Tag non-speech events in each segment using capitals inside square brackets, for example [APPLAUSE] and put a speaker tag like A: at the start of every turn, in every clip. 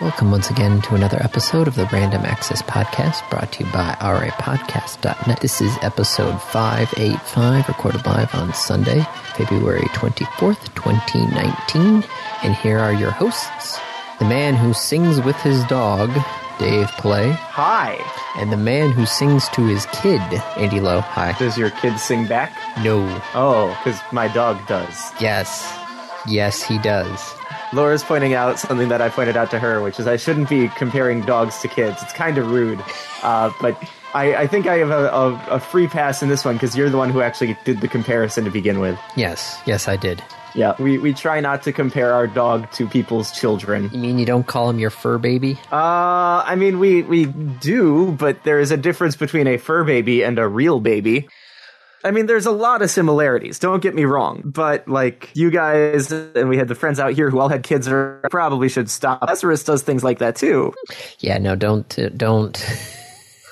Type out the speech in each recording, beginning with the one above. A: Welcome once again to another episode of the Random Access Podcast brought to you by rapodcast.net. This is episode 585, recorded live on Sunday, February 24th, 2019. And here are your hosts the man who sings with his dog, Dave Play,
B: Hi.
A: and the man who sings to his kid, Andy Lowe. Hi.
B: Does your kid sing back?
A: No.
B: Oh, because my dog does.
A: Yes. Yes, he does.
B: Laura's pointing out something that I pointed out to her, which is I shouldn't be comparing dogs to kids. It's kind of rude. Uh, but I, I think I have a, a, a free pass in this one because you're the one who actually did the comparison to begin with.
A: Yes. Yes, I did.
B: Yeah. We, we try not to compare our dog to people's children.
A: You mean you don't call him your fur baby?
B: Uh, I mean, we, we do, but there is a difference between a fur baby and a real baby. I mean, there's a lot of similarities, don't get me wrong, but like you guys and we had the friends out here who all had kids are probably should stop. Lazarus does things like that too.
A: Yeah, no, don't, uh, don't.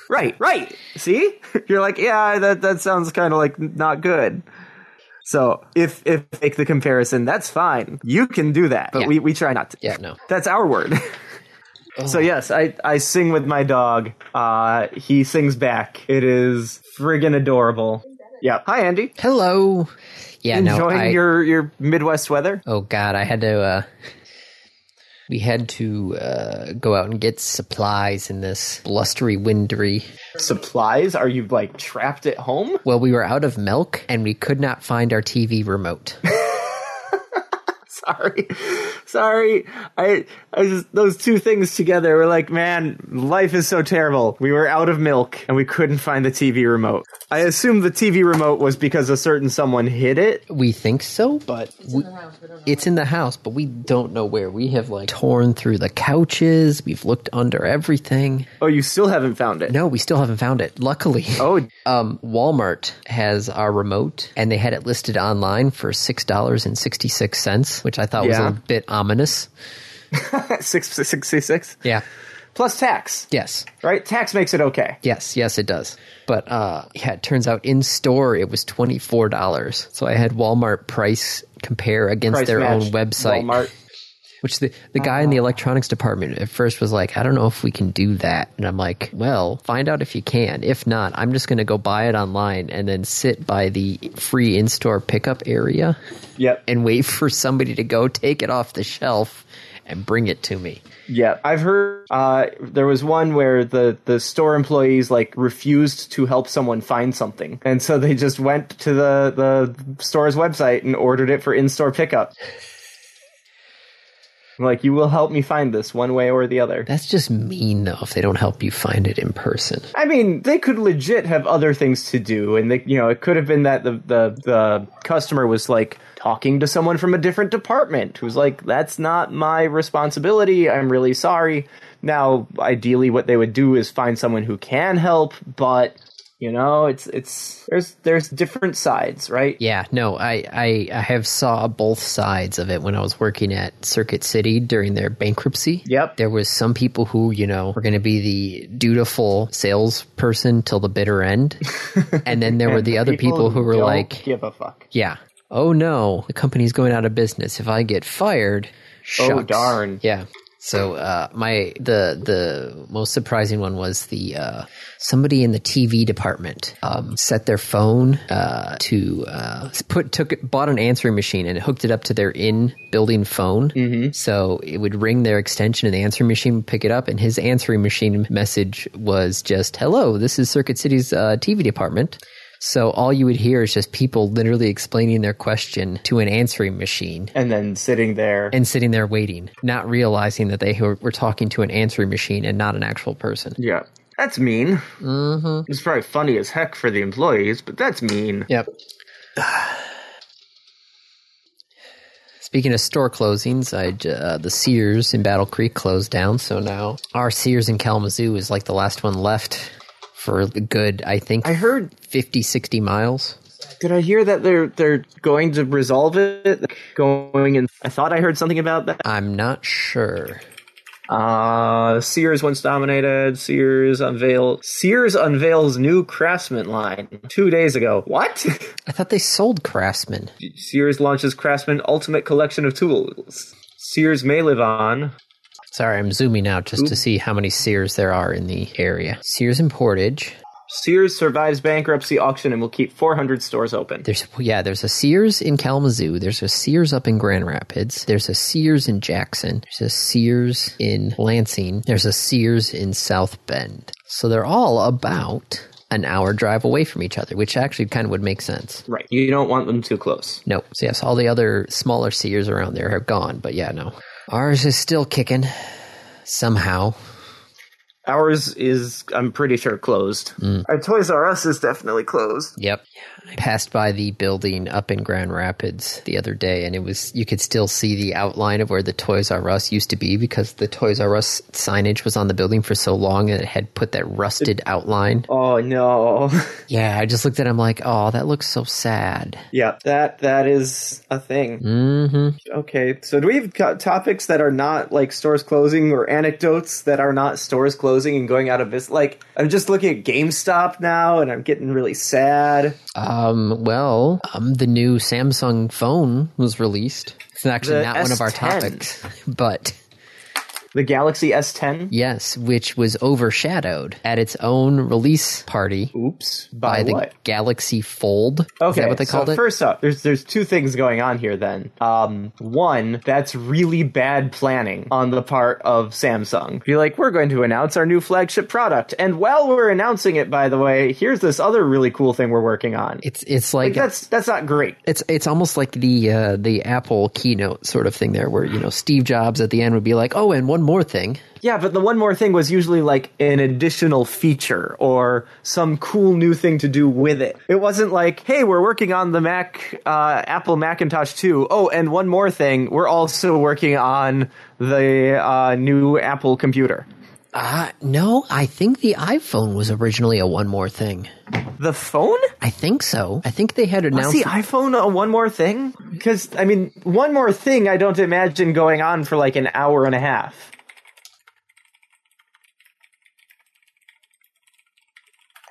B: Right, right. See? [LAUGHS] You're like, yeah, that, that sounds kind of like not good. So if if make the comparison, that's fine. You can do that, but
A: Yeah.
B: we, we try not to.
A: Yeah, no.
B: That's our word. [LAUGHS] So yes, I, I sing with my dog. Uh, he sings back. It is friggin' adorable. Yeah. Hi, Andy.
A: Hello. Yeah, no,
B: Enjoying
A: I,
B: your your Midwest weather?
A: oh god, I had to. uh We had to uh go out and get supplies in this blustery, wintry.
B: Supplies? Are you like trapped at home?
A: Well, we were out of milk and we could not find our TV
B: [LAUGHS]
A: remote.
B: Sorry, sorry. I I just those two things together were like, man, life is so terrible. We were out of milk and we couldn't find the TV remote. I assume the TV remote was because a certain someone hid it.
A: we think so, but we- it's in the house, but we don't know where. We have like torn through the couches. We've looked under everything.
B: Oh, you still haven't found it.
A: No, we still haven't found it. Luckily.
B: Oh,
A: Um, Walmart has our remote, and they had it listed online for six dollars and sixty six cents, which I thought was a
B: Yeah.
A: little bit ominous.
B: six sixty six
A: Yeah.
B: plus tax.
A: Yes.
B: Right, tax makes it okay.
A: Yes. Yes, it does. But uh, yeah, it turns out in store it was twenty four dollars. So I had Walmart price compare against
B: Price
A: their
B: match,
A: own website,
B: Walmart.
A: which the the guy in the electronics department at first was like, I don't know if we can do that, and I'm like, well, find out if you can. If not, I'm just going to go buy it online and then sit by the free in store pickup area.
B: Yep.
A: and wait [LAUGHS] for somebody to go take it off the shelf and bring it to me.
B: Yeah, I've heard uh, there was one where the, the store employees like refused to help someone find something, and so they just went to the the store's website and ordered it for in store pickup. I'm like, you will help me find this one way or the other.
A: That's just mean though if they don't help you find it in person.
B: I mean, they could legit have other things to do, and they, you know, it could have been that the, the the customer was like talking to someone from a different department who's like, "That's not my responsibility. I'm really sorry." Now, ideally, what they would do is find someone who can help, but you know, it's it's there's there's different sides, right?
A: Yeah, no, I, I, I have saw both sides of it when I was working at Circuit City during their bankruptcy.
B: Yep.
A: There was some people who, you know, were going to be the dutiful salesperson till the bitter
B: [LAUGHS]
A: end. and then there were the other people who were
B: don't
A: like,
B: "Give a fuck."
A: Yeah. Oh no, the company's going out of business. If I get fired, shucks.
B: Oh, darn.
A: Yeah. So uh, my the the most surprising one was the uh, somebody in the TV department um, set their phone uh, to uh, put took bought an answering machine and hooked it up to their in building phone, mm-hmm. so it would ring their extension and the answering machine would pick it up. And his answering machine message was just "Hello, this is Circuit City's uh, TV department." So all you would hear is just people literally explaining their question to an answering machine
B: And then sitting there,
A: and sitting there waiting, not realizing that they were, were talking to an answering machine and not an actual person.
B: yeah. That's mean. Mm-hmm. It's probably funny as heck for the employees, but that's mean.
A: Yep. [SIGHS] Speaking of store closings, I j- uh, the Sears in Battle Creek closed down, so now our Sears in Kalamazoo is like the last one left for a good, I think,
B: I heard
A: 50, 60 miles.
B: Did I hear that they're they're going to resolve it? Like, Going and I thought I heard something about that.
A: I'm not sure.
B: Uh Sears once dominated. Sears unveil Sears unveils new Craftsman line two days ago. What? [LAUGHS]
A: I thought they sold Craftsman.
B: Sears launches Craftsman Ultimate Collection of Tools. Sears may live on.
A: Sorry, I'm zooming out just to see how many Sears there are in the area. Sears and Portage.
B: Sears survives bankruptcy auction and will keep 400 stores open.
A: There's yeah, there's a Sears in Kalamazoo. There's a Sears up in Grand Rapids. There's a Sears in Jackson. There's a Sears in Lansing. There's a Sears in South Bend. So they're all about an hour drive away from each other, which actually kind of would make sense.
B: Right. You don't want them too close.
A: No. So yes, all the other smaller Sears around there are gone, but yeah, no. Ours is still kicking somehow.
B: Ours is, I'm pretty sure, closed. Our Toys R Us is definitely closed.
A: Yep. I passed by the building up in Grand Rapids the other day, and it was you could still see the outline of where the Toys R Us used to be because the Toys R Us signage was on the building for so long and it had put that rusted outline.
B: Oh no. [LAUGHS]
A: Yeah, I just looked at it. I'm like, oh, that looks so sad.
B: yeah, that that is a thing.
A: hmm
B: Okay, so do we've got topics that are not like stores closing or anecdotes that are not stores closing and going out of business? Like, I'm just looking at GameStop now, and I'm getting really sad.
A: Um, well, um, the new Samsung phone was released. It's actually
B: The
A: not one of our
B: S10.
A: topics, [LAUGHS] but
B: The Galaxy S10.
A: yes, which was overshadowed at its own release party
B: Oops.
A: by
B: By,
A: the
B: what?
A: Galaxy Fold.
B: Okay,
A: Is that what they called
B: so
A: it?
B: first up, there's there's two things going on here. Then, um, one that's really bad planning on the part of Samsung. You're like, we're going to announce our new flagship product, and while we're announcing it, by the way, here's this other really cool thing we're working on.
A: It's it's like,
B: that's that's not great.
A: it's it's almost like the uh, the Apple keynote sort of thing there, where you know Steve Jobs at the end would be like, "Oh, and one more thing."
B: Yeah, but the one more thing was usually like an additional feature or some cool new thing to do with it. It wasn't like, hey, we're working on the Mac, uh, Apple Macintosh 2. Oh, and one more thing, we're also working on the uh, new Apple computer.
A: Uh, no, I think the iPhone was originally a one more thing.
B: The phone?
A: I think so. I think they had announced.
B: See, iPhone, a one more thing? Because, I mean, one more thing I don't imagine going on for like an hour and a half.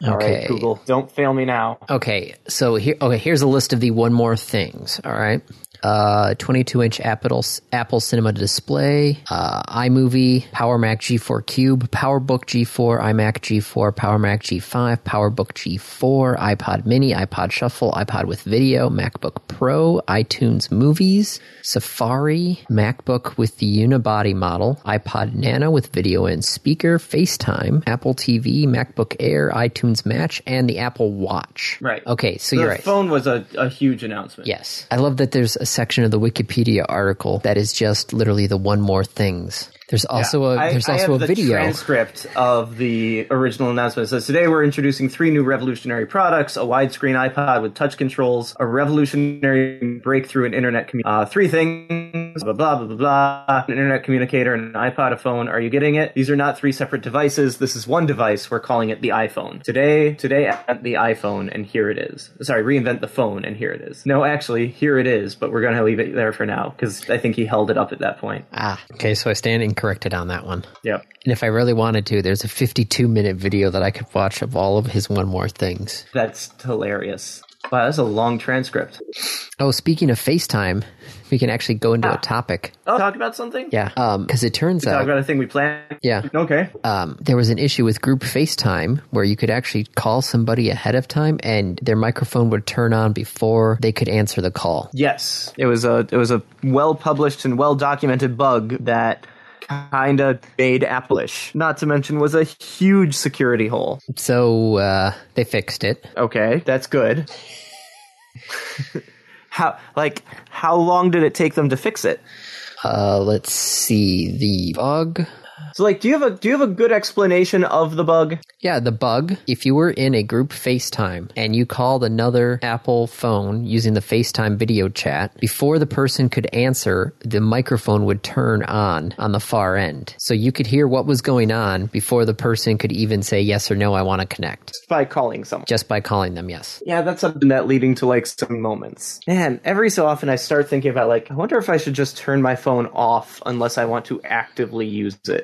A: okay,
B: All right, Google, don't fail me now.
A: Okay, so here, okay, here's a list of the one more things. All right, uh, 22 inch Apple Apple Cinema display, uh, iMovie, Power Mac G4 Cube, PowerBook G4, iMac G4, Power Mac G5, PowerBook G4, iPod Mini, iPod Shuffle, iPod with video, MacBook Pro, iTunes Movies, Safari, MacBook with the unibody model, iPod Nano with video and speaker, FaceTime, Apple TV, MacBook Air, iTunes Match, and the Apple Watch.
B: Right.
A: Okay, so you're right.
B: phone was a, a huge announcement.
A: yes. I love that there's a section of the Wikipedia article that is just literally the one more things. There's also a
B: I-
A: there's
B: I
A: also
B: have
A: a
B: the
A: video.
B: transcript of the original announcement. It says today we're introducing three new revolutionary products: a widescreen iPod with touch controls, a revolutionary breakthrough in internet. commu- uh, three things: blah blah blah blah blah. An internet communicator and an iPod, a phone. Are you getting it? These are not three separate devices. This is one device. We're calling it the iPhone. Today, today at the iPhone, and here it is. Sorry, reinvent the phone, and here it is. No, actually, here it is. But we're gonna leave it there for now because I think he held it up at that point.
A: ah, okay, so I stand incorrected on that one.
B: Yep.
A: And if I really wanted to, there's a 52 minute video that I could watch of all of his one more things.
B: That's hilarious. Wow, that's a long transcript.
A: Oh, speaking of FaceTime, we can actually go into a topic.
B: Oh, talk about something?
A: Yeah. Um, cause it turns
B: Talk
A: out,
B: about a thing we planned?
A: yeah,
B: Okay.
A: um, there was an issue with group FaceTime where you could actually call somebody ahead of time and their microphone would turn on before they could answer the call.
B: Yes. It was a it was a well published and well documented bug that kinda made Appleish. Not to mention was a huge security hole.
A: So, uh, they fixed it.
B: Okay. That's good. [LAUGHS] how like how long did it take them to fix it?
A: Uh, let's see the bug.
B: So like do you have a do you have a good explanation of the bug?
A: Yeah, the bug. If you were in a group FaceTime and you called another Apple phone using the FaceTime video chat, before the person could answer, the microphone would turn on on the far end. So you could hear what was going on before the person could even say yes or no, I want to connect.
B: By calling someone.
A: Just by calling them yes.
B: Yeah, that's something that leading to like some moments. Man, every so often I start thinking about like, I wonder if I should just turn my phone off unless I want to actively use it.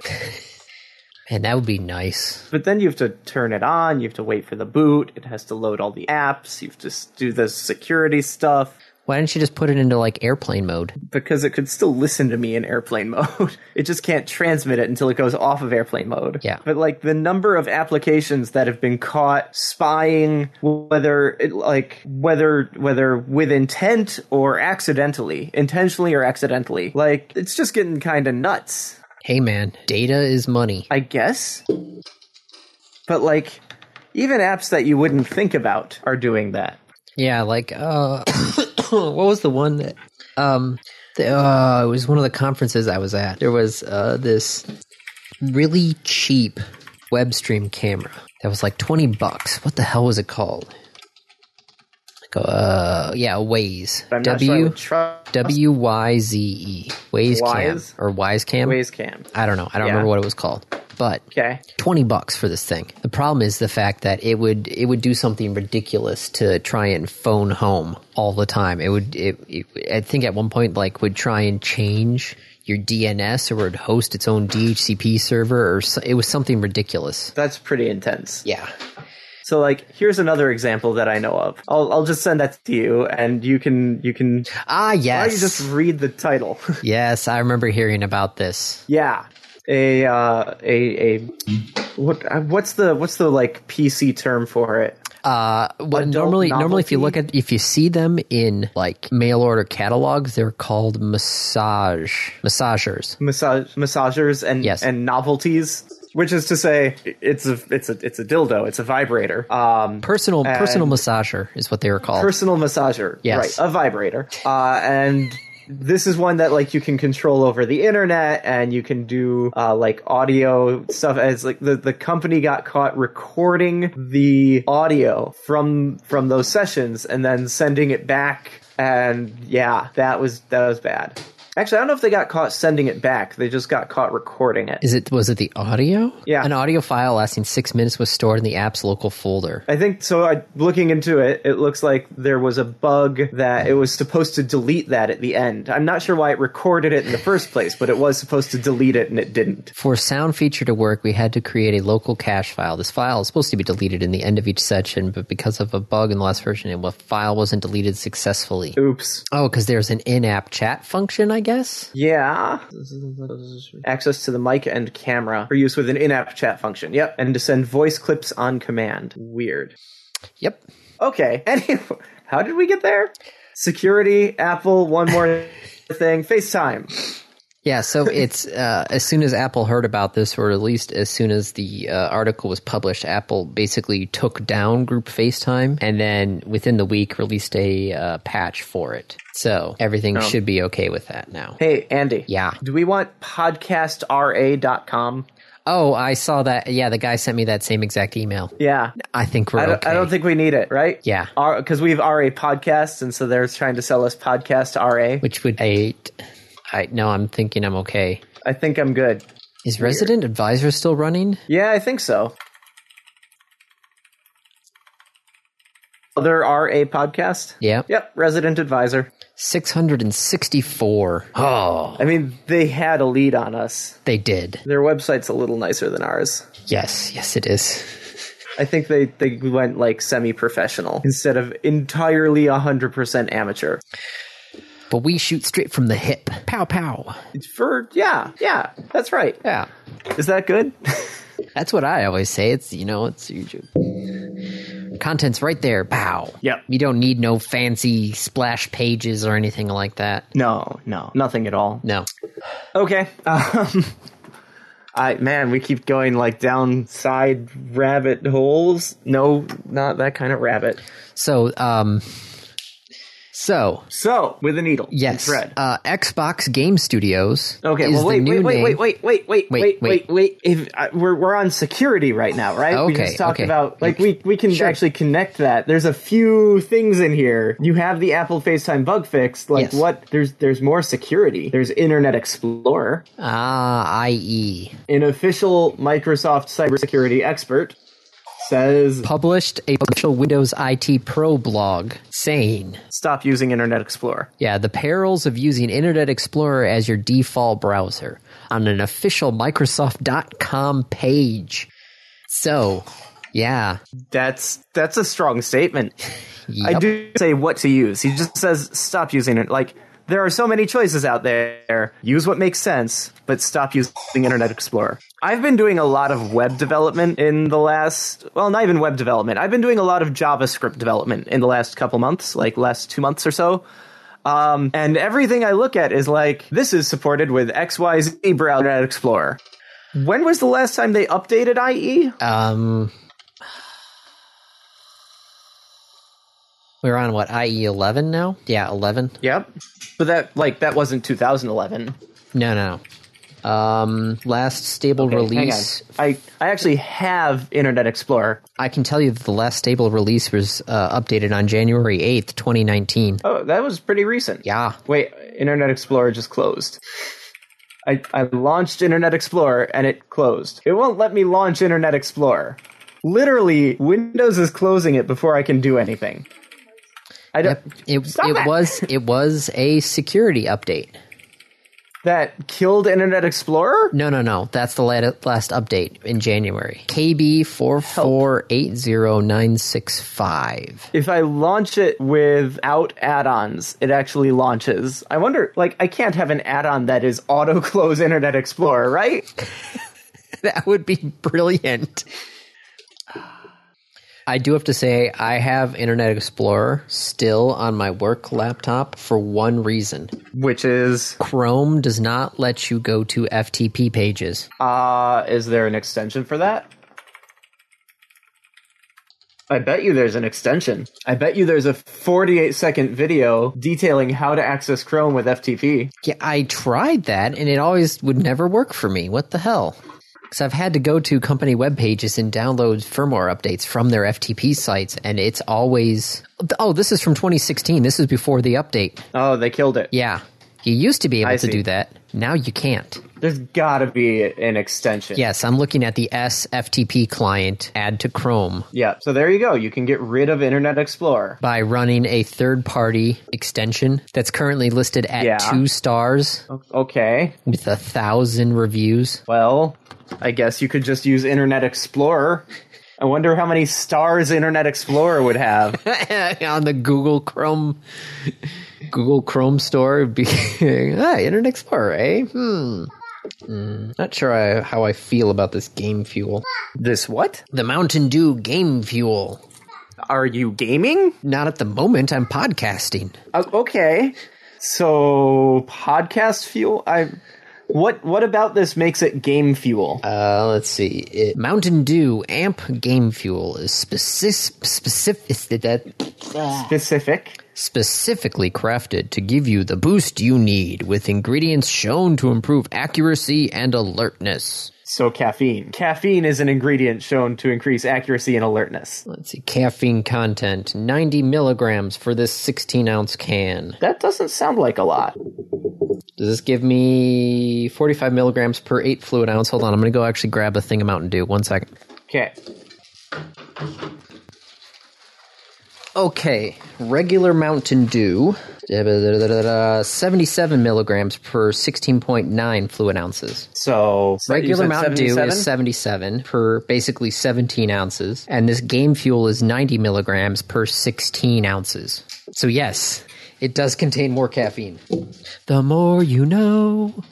A: And that would be nice.
B: But then you have to turn it on, you have to wait for the boot, it has to load all the apps, you have to s- do the security stuff.
A: Why didn't you just put it into like airplane mode?
B: because it could still listen to me in airplane [LAUGHS] mode. It just can't transmit it until it goes off of airplane mode.
A: Yeah.
B: But like the number of applications that have been caught spying, whether it, like whether whether with intent or accidentally, intentionally or accidentally, like it's just getting kind of nuts.
A: Hey man, data is money.
B: I guess. But like, even apps that you wouldn't think about are doing that.
A: Yeah, like uh [COUGHS] what was the one that um the, uh it was one of the conferences I was at. There was uh this really cheap web stream camera that was like 20 bucks. What the hell was it called? Like uh yeah, Waze.
B: I'm not sure I
A: W
B: would trust
A: W Y Z E. Waze cam
B: Wise?
A: or Wise cam?
B: Basecamp.
A: I don't know. I don't
B: Yeah.
A: remember what it was called. But
B: Okay.
A: 20 bucks for this thing. The problem is the fact that it would it would do something ridiculous to try and phone home all the time. It would it, it I think at one point like would try and change your DNS or would host its own DHCP server or so, it was something ridiculous.
B: That's pretty intense.
A: Yeah.
B: So like here's another example that I know of. I'll I'll just send that to you and you can you can
A: Ah
B: why
A: yes.
B: don't you just read the title. [LAUGHS]
A: yes, I remember hearing about this.
B: yeah. A uh a a what uh, what's the what's the like PC term for it?
A: Uh, well, normally, normally, if you look at if you see them in like mail order catalogs, they're called massage massagers.
B: Massage massagers and
A: Yes.
B: and novelties, which is to say it's a it's a it's a dildo, it's a vibrator. Um
A: Personal personal massager is what they were called.
B: personal massager.
A: Yes.
B: Right. A vibrator. Uh, and this is one that like you can control over the internet and you can do uh, like audio stuff as like the, the company got caught recording the audio from from those sessions and then sending it back and yeah that was that was bad actually i don't know if they got caught sending it back they just got caught recording it
A: Is it was it the audio?
B: Yeah.
A: An audio file lasting six minutes was stored in the app's local folder.
B: I think so. I, looking into it, it looks like there was a bug that it was supposed to delete that at the end. I'm not sure why it recorded it in the first place, but it was supposed to delete it and it didn't.
A: For sound feature to work, we had to create a local cache file. This file is supposed to be deleted in the end of each session, but because of a bug in the last version, the file wasn't deleted successfully.
B: Oops.
A: Oh, because there's an in-app chat function, I guess.
B: Yeah. Access to the mic and camera for use with an in-app chat function. Yep. And to send voice clips on command. Weird.
A: Yep.
B: Okay. [LAUGHS] Anyway, how did we get there? Security. Apple. One more [LAUGHS] thing. FaceTime.
A: Yeah,
B: [LAUGHS]
A: so it's uh, as soon as Apple heard about this, or at least as soon as the uh, article was published, Apple basically took down Group FaceTime, and then within the week released a uh, patch for it. So everything
B: Oh.
A: should be okay with that now.
B: Hey, Andy.
A: Yeah.
B: Do we want podcastraA.com?
A: Oh, I saw that. Yeah, the guy sent me that same exact email.
B: Yeah.
A: I think we're
B: I don't,
A: okay.
B: I don't think we need it, right?
A: Yeah.
B: Because we've RA podcasts, and so they're trying to sell us podcast RA.
A: Which would I? I no, I'm thinking I'm okay.
B: I think I'm good.
A: Is Resident Advisor still running?
B: Yeah, I think so. Other RA podcast?
A: Yeah,
B: Yep, Resident Advisor.
A: six hundred and sixty-four. Oh,
B: I mean, they had a lead on us.
A: they did.
B: Their website's a little nicer than ours.
A: Yes, yes, it is.
B: I think they, they went like semi professional instead of entirely 100% amateur.
A: But we shoot straight from the hip. Pow pow.
B: It's for, yeah, yeah, that's right.
A: Yeah.
B: Is that good? [LAUGHS]
A: That's what I always say. It's you know, it's YouTube. Content's right there. Pow.
B: Yep.
A: You don't need no fancy splash pages or anything like that.
B: no, no, nothing at all.
A: No.
B: Okay. Um, [LAUGHS] I man, we keep going like down side rabbit holes. No, not that kind of rabbit.
A: So um so
B: So with a needle.
A: yes,
B: and Thread.
A: uh, Xbox Game Studios.
B: Okay.
A: is
B: Well,
A: the
B: wait,
A: new
B: wait, wait,
A: name.
B: wait, wait, wait, wait, wait,
A: Wait,
B: wait, wait. If I, we're we're on security right now, right? we
A: Okay,
B: just talked
A: okay.
B: about like we we can actually connect that. There's a few things in here. You have the Apple FaceTime bug fixed. Like
A: Yes.
B: what? There's there's more security. There's Internet Explorer.
A: Ah, IE
B: An official Microsoft cybersecurity expert says
A: published a potential Windows IT Pro blog saying
B: stop using Internet Explorer.
A: Yeah, the perils of using Internet Explorer as your default browser on an official Microsoft.com page. So, Yeah.
B: That's that's a strong statement. I
A: Yep.
B: do say what to use. He just says stop using it. Like there are so many choices out there. Use what makes sense, but stop using Internet Explorer. I've been doing a lot of web development in the last, well, not even web development. I've been doing a lot of JavaScript development in the last couple months, like last two months or so. Um, and everything I look at is like, this is supported with XYZ browser Internet Explorer. When was the last time they updated E? IE?
A: Um, we're on what IE eleven now? Yeah, eleven.
B: Yep. But that, like, that wasn't 2011.
A: No, no. no. Um, last stable
B: Okay, hang
A: release.
B: on. I, I actually have Internet Explorer.
A: I can tell you that the last stable release was uh, updated on January eighth, twenty nineteen.
B: Oh, that was pretty recent.
A: Yeah.
B: Wait, Internet Explorer just closed. I, I launched Internet Explorer and it closed. It won't let me launch Internet Explorer. Literally, Windows is closing it before I can do anything. I don't,
A: Yep. It
B: Stop
A: it
B: it!
A: was it was a security update.
B: That killed Internet Explorer?
A: No, no, no. That's the lat- last update in January. KB four four eight zero nine six five. [LAUGHS]
B: If I launch it without add ons, it actually launches. I wonder, like, I can't have an add on that is auto close [LAUGHS] Internet Explorer, right?
A: That would be brilliant. I do have to say I have Internet Explorer still on my work laptop for one reason.
B: Which is
A: Chrome does not let you go to FTP pages.
B: Uh, is there an extension for that? I bet you there's an extension. I bet you there's a 48 second video detailing how to access Chrome with FTP.
A: Yeah, I tried that and it always would never work for me. What the hell? Because I've had to go to company web pages and download firmware updates from their FTP sites, and it's always, oh, this is from 2016. This is before the update.
B: Oh, they killed it.
A: Yeah. You used to be able
B: I
A: to
B: see.
A: do that. Now you can't.
B: There's gotta be an extension.
A: Yes, I'm looking at the SFTP client add to Chrome
B: Yeah. So there you go. You can get rid of Internet Explorer.
A: by running a third party extension that's currently listed at
B: Yeah.
A: two stars
B: Okay.
A: with a thousand reviews.
B: Well, I guess you could just use Internet Explorer. I wonder how many stars Internet Explorer
A: [LAUGHS]
B: would have.
A: on the Google Chrome Google Chrome store [LAUGHS] it'd be ah, Internet Explorer, eh? Hmm. Hmm. Not sure I, how I feel about this game fuel.
B: this what?
A: The Mountain Dew game fuel.
B: Are you gaming?
A: Not at the moment. I'm podcasting.
B: Uh, okay. So podcast fuel. I what what about this makes it game fuel?
A: Uh, let's see. It, Mountain Dew Amp Game Fuel is specific, specific, that,
B: Specific.
A: specifically crafted to give you the boost you need with ingredients shown to improve accuracy and alertness.
B: So caffeine. Caffeine is an ingredient shown to increase accuracy and alertness.
A: Let's see, caffeine content 90 milligrams for this 16 ounce can.
B: That doesn't sound like a lot.
A: Does this give me 45 milligrams per 8 fluid ounce? Hold on, I'm going to go actually grab a thing of Mountain Dew. One second.
B: Okay.
A: Okay, regular Mountain Dew, 77 milligrams per 16.9 fluid ounces.
B: So
A: Regular
B: you said
A: Mountain Dew
B: 77?
A: is 77 per basically 17 ounces, and this game fuel is 90 milligrams per 16 ounces. So, yes, it does contain more caffeine. The more you know.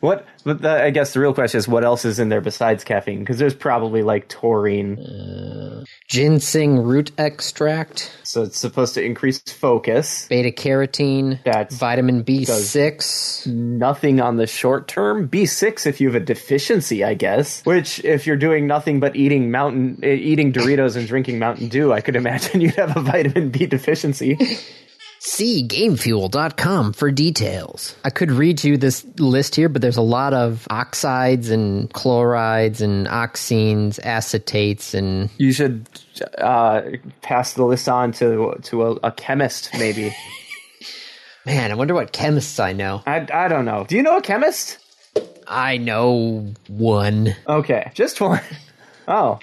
B: What? But the, I guess the real question is what else is in there besides caffeine? Because there's probably like taurine.
A: Ginseng root extract,
B: So it's supposed to increase focus.
A: beta carotene,
B: That's-
A: vitamin B6.
B: nothing on the short term. B6 if you have a deficiency, I guess. Which if you're doing nothing but eating mountain eh, eating Doritos and drinking Mountain Dew, I could imagine [LAUGHS] you'd have a vitamin B deficiency.
A: See gamefuel.com for details. I could read you this list here, but there's a lot of oxides and chlorides and oxenes, acetates, and
B: You should uh, pass the list on to to a, a chemist maybe.
A: man, I wonder what chemists I know.
B: I I don't know. Do you know a chemist?
A: I know one.
B: Okay, just one. [LAUGHS] Oh.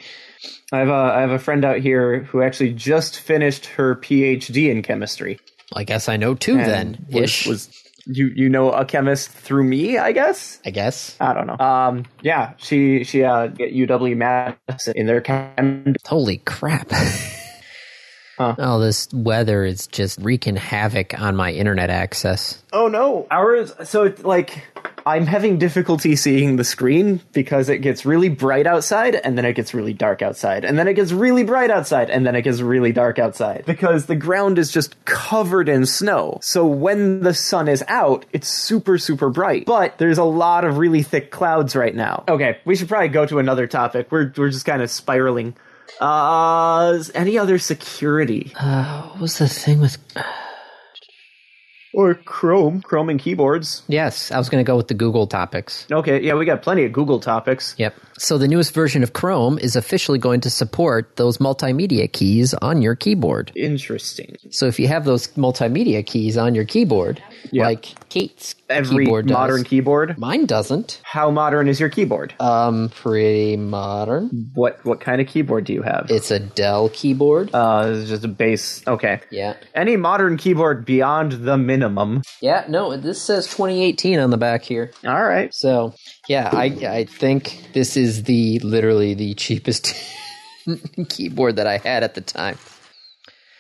B: I have a I have a friend out here who actually just finished her PhD in chemistry.
A: I guess I know two
B: and
A: then.
B: was,
A: ish.
B: was you you know a chemist through me, I guess.
A: I guess.
B: I don't know. Um, yeah, she she uh at UW Madison in their chem.
A: Holy crap.
B: [LAUGHS] Huh.
A: Oh, this weather is just wreaking havoc on my internet access.
B: Oh no, ours. So it's like I'm having difficulty seeing the screen because it gets really bright outside and then it gets really dark outside and then it gets really bright outside and then it gets really dark outside because the ground is just covered in snow. So when the sun is out, it's super super bright. But there's a lot of really thick clouds right now. Okay, we should probably go to another topic. We're we're just kind of spiraling. Uh, any other security?
A: Uh, what was the thing with?
B: or Chrome, Chrome and keyboards.
A: Yes, I was going to go with the Google topics.
B: Okay, yeah, we got plenty of Google topics.
A: Yep. So the newest version of Chrome is officially going to support those multimedia keys on your keyboard.
B: Interesting.
A: So if you have those multimedia keys on your keyboard, like Kate's
B: Every
A: keyboard does,
B: modern keyboard.
A: mine doesn't.
B: How modern is your keyboard?
A: Um, pretty modern.
B: What what kind of keyboard do you have?
A: It's a Dell keyboard.
B: uh, it's just a base. Okay.
A: yeah.
B: Any modern keyboard beyond the minimum.
A: Yeah, no, this says 2018 on the back here.
B: All right.
A: So, yeah, I I think this is the literally the cheapest [LAUGHS] keyboard that I had at the time.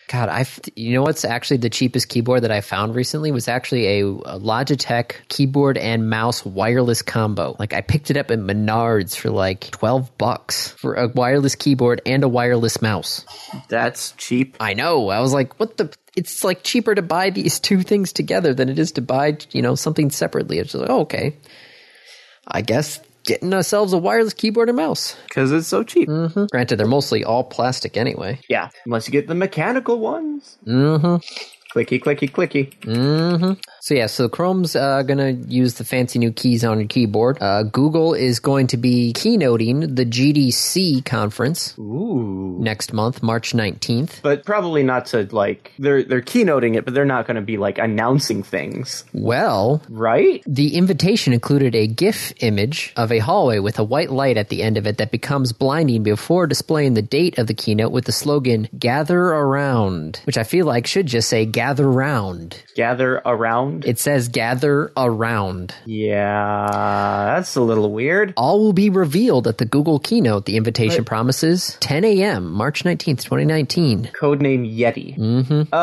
A: God, I you know what's actually the cheapest keyboard that I found recently was actually a, a Logitech keyboard and mouse wireless combo. Like I picked it up at Menards for like 12 bucks for a wireless keyboard and a wireless mouse.
B: That's cheap.
A: I know. I was like, what the? It's like cheaper to buy these two things together than it is to buy, you know, something separately. It's just like, oh, okay. I guess getting ourselves a wireless keyboard and mouse.
B: Because it's so cheap.
A: Granted, they're mostly all plastic anyway.
B: Mm. Yeah. Unless you get the mechanical ones. Mm-hmm. Clicky, clicky, clicky.
A: So yeah, so Chrome's uh, gonna use the fancy new keys on your keyboard. Uh, Google is going to be keynoting the GDC conference
B: Ooh.
A: next month, March nineteenth.
B: But probably not to like they're they're keynoting it, but they're not going to be like announcing things,
A: Well,
B: right?
A: The invitation included a GIF image of a hallway with a white light at the end of it that becomes blinding before displaying the date of the keynote with the slogan, Gather Around, which I feel like should just say Gather Round.
B: Gather around.
A: It says Gather Around.
B: Yeah, that's a little weird.
A: All will be revealed at the Google keynote, the invitation promises. 10 a.m., March 19th, 2019.
B: Codename Yeti. Mm-hmm.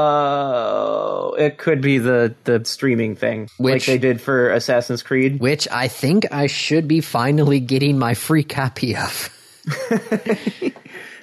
B: Uh, it could be the the streaming thing, like
A: Which-
B: they did for Assassin's Creed.
A: Which I think I should be finally getting my free copy of.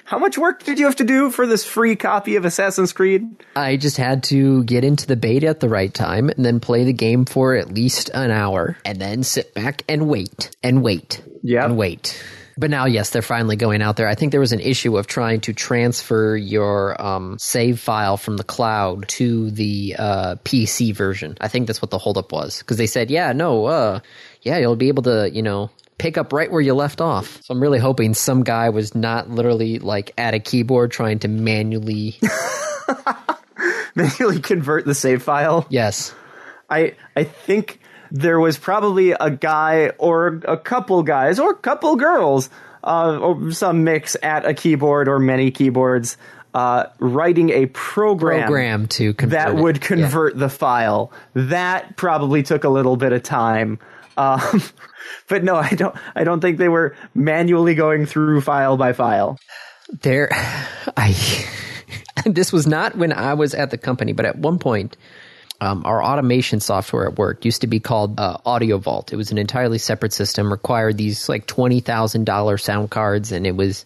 B: How much work did you have to do for this free copy of Assassin's Creed? [LAUGHS]
A: I just had to get into the beta at the right time and then play the game for at least an hour and then sit back and wait and wait
B: Yep.
A: and wait. But now, yes, they're finally going out there. I think there was an issue of trying to transfer your um, save file from the cloud to the uh, PC version. I think that's what the holdup was because they said, yeah, no, uh, yeah, you'll be able to, you know, pick up right where you left off. So I'm really hoping some guy was not literally like at a keyboard trying to manually. [LAUGHS]
B: Manually convert the save file.
A: yes.
B: I I think there was probably a guy or a couple guys or a couple girls, uh, or some mix at a keyboard or many keyboards, uh, writing a program,
A: program to convert
B: that
A: it.
B: would
A: Yeah.
B: convert the file. That probably took a little bit of time. Um, [LAUGHS] but no, I don't. I don't think they were manually going through file by file.
A: there [SIGHS] i [LAUGHS] this was not when i was at the company but at one point um, our automation software at work used to be called uh, audio vault it was an entirely separate system required these like $20000 sound cards and it was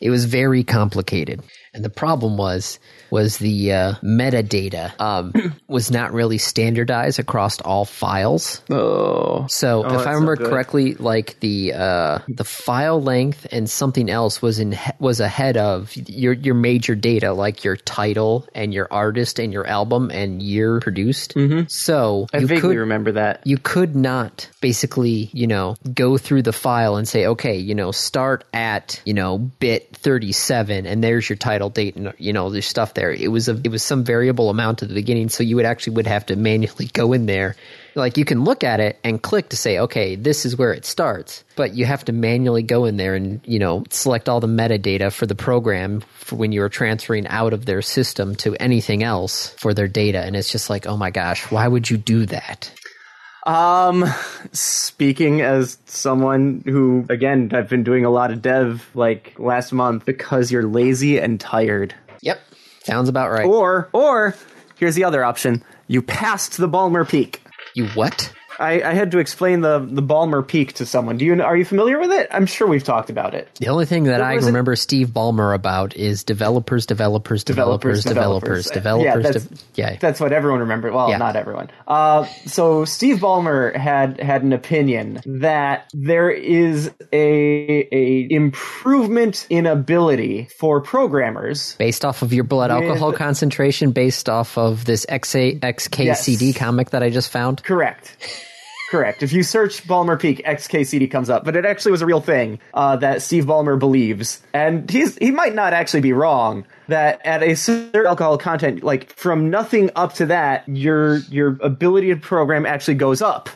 A: it was very complicated and the problem was was the uh, metadata um, [CLEARS THROAT] was not really standardized across all files
B: Oh,
A: so if I
B: that's not
A: remember
B: good.
A: correctly, like the uh, the file length and something else was in was ahead of your your major data, like your title and your artist and your album and year produced. Mm-hmm. So
B: I
A: you
B: vaguely
A: could
B: remember that.
A: you could not basically you know go through the file and say okay you know start at you know bit 37 and there's your title title date and you know there's stuff there. It was a it was some variable amount at the beginning, so you would actually would have to manually [LAUGHS] go in there. Like you can look at it and click to say, okay, this is where it starts, but you have to manually go in there and you know select all the metadata for the program for when you were transferring out of their system to anything else for their data, and it's just like, oh my gosh, why would you do that?
B: Um, speaking as someone who, again, I've been doing a lot of dev like last month because you're lazy and tired.
A: Yep, sounds about right.
B: Or, or here's the other option: you passed the Balmer Peak.
A: You what?
B: I, I had to explain the the Balmer Peak to someone. Do you are you familiar with it? I'm sure we've talked about it.
A: The only thing that I
B: was it-
A: remember Steve Ballmer about is developers, developers, developers, developers, developers.
B: Yeah, that's,
A: de- yeah.
B: that's what everyone remembers. Well,
A: Yeah.
B: not everyone. Uh, so Steve Ballmer had had an opinion that there is a a improvement in ability for programmers.
A: based off of your blood alcohol
B: With-
A: concentration, based off of this XA, XKCD
B: Yes.
A: comic that I just found.
B: Correct. Correct. If you search Balmer Peak, XKCD comes up, but it actually was a real thing uh, that Steve Ballmer believes, and he's he might not actually be wrong. That at a certain alcohol content, like from nothing up to that, your your ability to program actually goes up,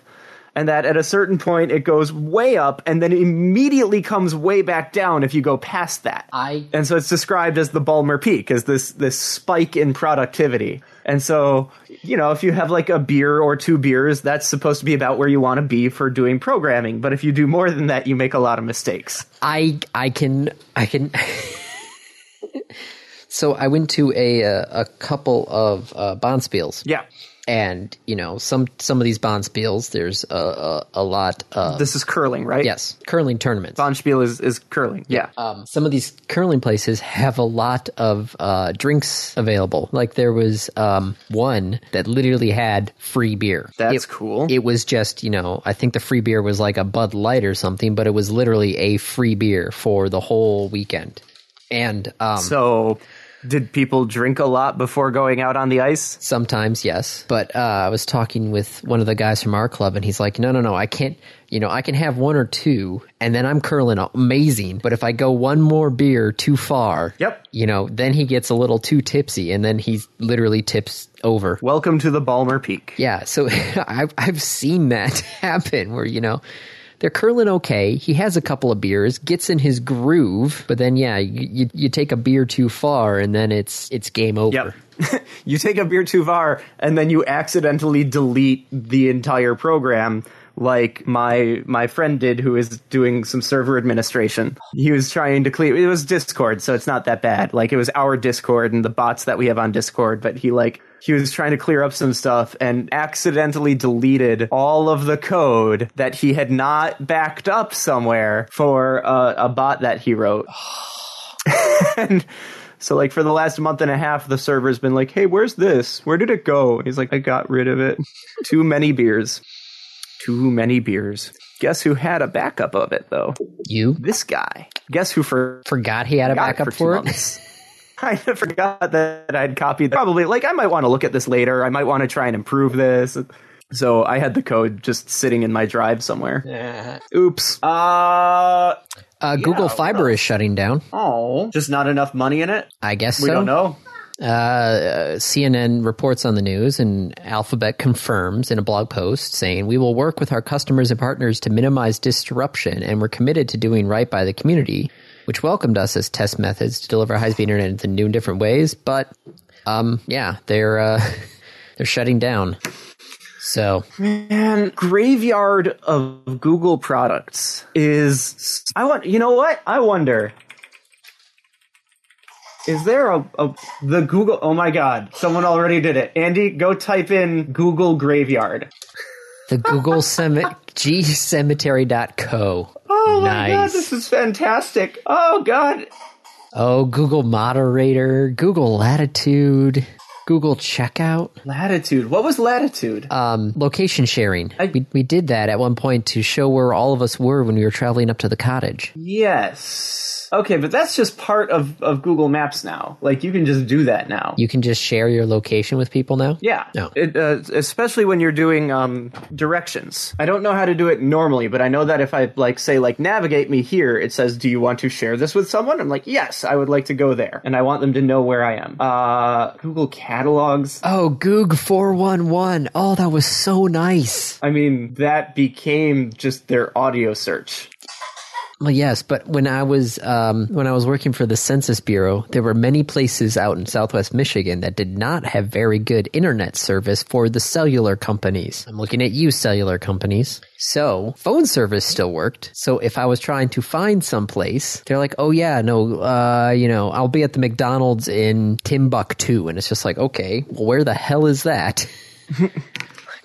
B: and that at a certain point it goes way up, and then immediately comes way back down if you go past that.
A: I-
B: and so it's described as the Ballmer Peak, as this this spike in productivity. And so, you know, if you have like a beer or two beers, that's supposed to be about where you want to be for doing programming. But if you do more than that, you make a lot of mistakes.
A: I I can I can. [LAUGHS] so I went to a a, a couple of uh, Bonspiels.
B: Yeah.
A: And you know some some of these Bonspiels, there's a a, a lot of
B: This is curling, right?
A: yes curling tournaments.
B: Bonspiel is, is curling. Yeah.
A: um, some of these curling places have a lot of uh, drinks available. Like there was um, one that literally had free beer.
B: That's
A: It-
B: cool.
A: It was just, you know, I think the free beer was like a Bud Light or something, but it was literally a free beer for the whole weekend. And um,
B: so, did people drink a lot before going out on the ice?
A: Sometimes, yes. But uh, I was talking with one of the guys from our club, and he's like, "No, no, no, I can't. You know, I can have one or two, and then I'm curling amazing. But if I go one more beer too far,
B: Yep.
A: you know, then he gets a little too tipsy, and then he literally tips over.
B: Welcome to the Balmer Peak.
A: Yeah, so [LAUGHS] I've I've seen that [LAUGHS] happen where you know they're curling okay. He has a couple of beers, gets in his groove, but then yeah, you you, you take a beer too far, and then it's it's game over.
B: Yep. [LAUGHS] you take a beer too far, and then you accidentally delete the entire program, like my my friend did, who is doing some server administration. He was trying to clean. It was Discord, so it's not that bad. Like it was our Discord and the bots that we have on Discord, but he like. He was trying to clear up some stuff and accidentally deleted all of the code that he had not backed up somewhere for a, a bot that he wrote. and so like for the last month and a half, the server's been like, "Hey, where's this? Where did it go?" And he's like, "I got rid [LAUGHS] of it. Too many beers. Too many beers." Guess who had a backup of it though?
A: You
B: This guy. Guess who for
A: forgot he had a
B: got
A: backup
B: for, two
A: for it.
B: months. [LAUGHS] I forgot that I'd copied. Probably like I might want to look at this later. I might want to try and improve this. So I had the code just sitting in my drive somewhere. Oops. Uh
A: Uh, Google
B: well-
A: Fiber is shutting down.
B: oh, just not enough money in it.
A: I guess
B: We
A: so.
B: don't know.
A: Uh, CNN reports on the news, and Alphabet confirms in a blog post saying, "We will work with our customers and partners to minimize disruption, and we're committed to doing right by the community, which welcomed us as test methods to deliver high-speed internet in new and different ways." But, um, yeah, they're uh, [LAUGHS] they're shutting down. So
B: Man, graveyard of Google products is. I want. You know what? I wonder. Is there a, a the Google? Oh my God! Someone already did it. Andy, go type in Google graveyard.
A: the Google [LAUGHS] Cemetery, gcemetery.co.
B: Oh my
A: nice.
B: God! This is fantastic. Oh God!
A: Oh, Google Moderator, Google Latitude, Google Checkout,
B: Latitude. What was latitude?
A: um, location sharing.
B: I-
A: we, we did that at one point to show where all of us were when we were traveling up to the cottage.
B: yes. Okay, but that's just part of, of Google Maps now. Like you can just do that now.
A: You can just share your location with people now?
B: yeah.
A: No.
B: It, uh, especially when you're doing um, directions. I don't know how to do it normally, but I know that if I like say like navigate me here, it says, "Do you want to share this with someone?" I'm like, "Yes, I would like to go there," and I want them to know where I am. Uh, Google catalogs.
A: Oh, Goog 411. Oh, that was so nice.
B: I mean, that became just their audio search.
A: Well, yes, but when I was um, when I was working for the Census Bureau, there were many places out in Southwest Michigan that did not have very good internet service for the cellular companies. I'm looking at you, cellular companies. So phone service still worked. So if I was trying to find someplace, they're like, "Oh yeah, no, uh, you know, I'll be at the McDonald's in Timbuktu," and it's just like, "Okay, well, where the hell is that?" [LAUGHS]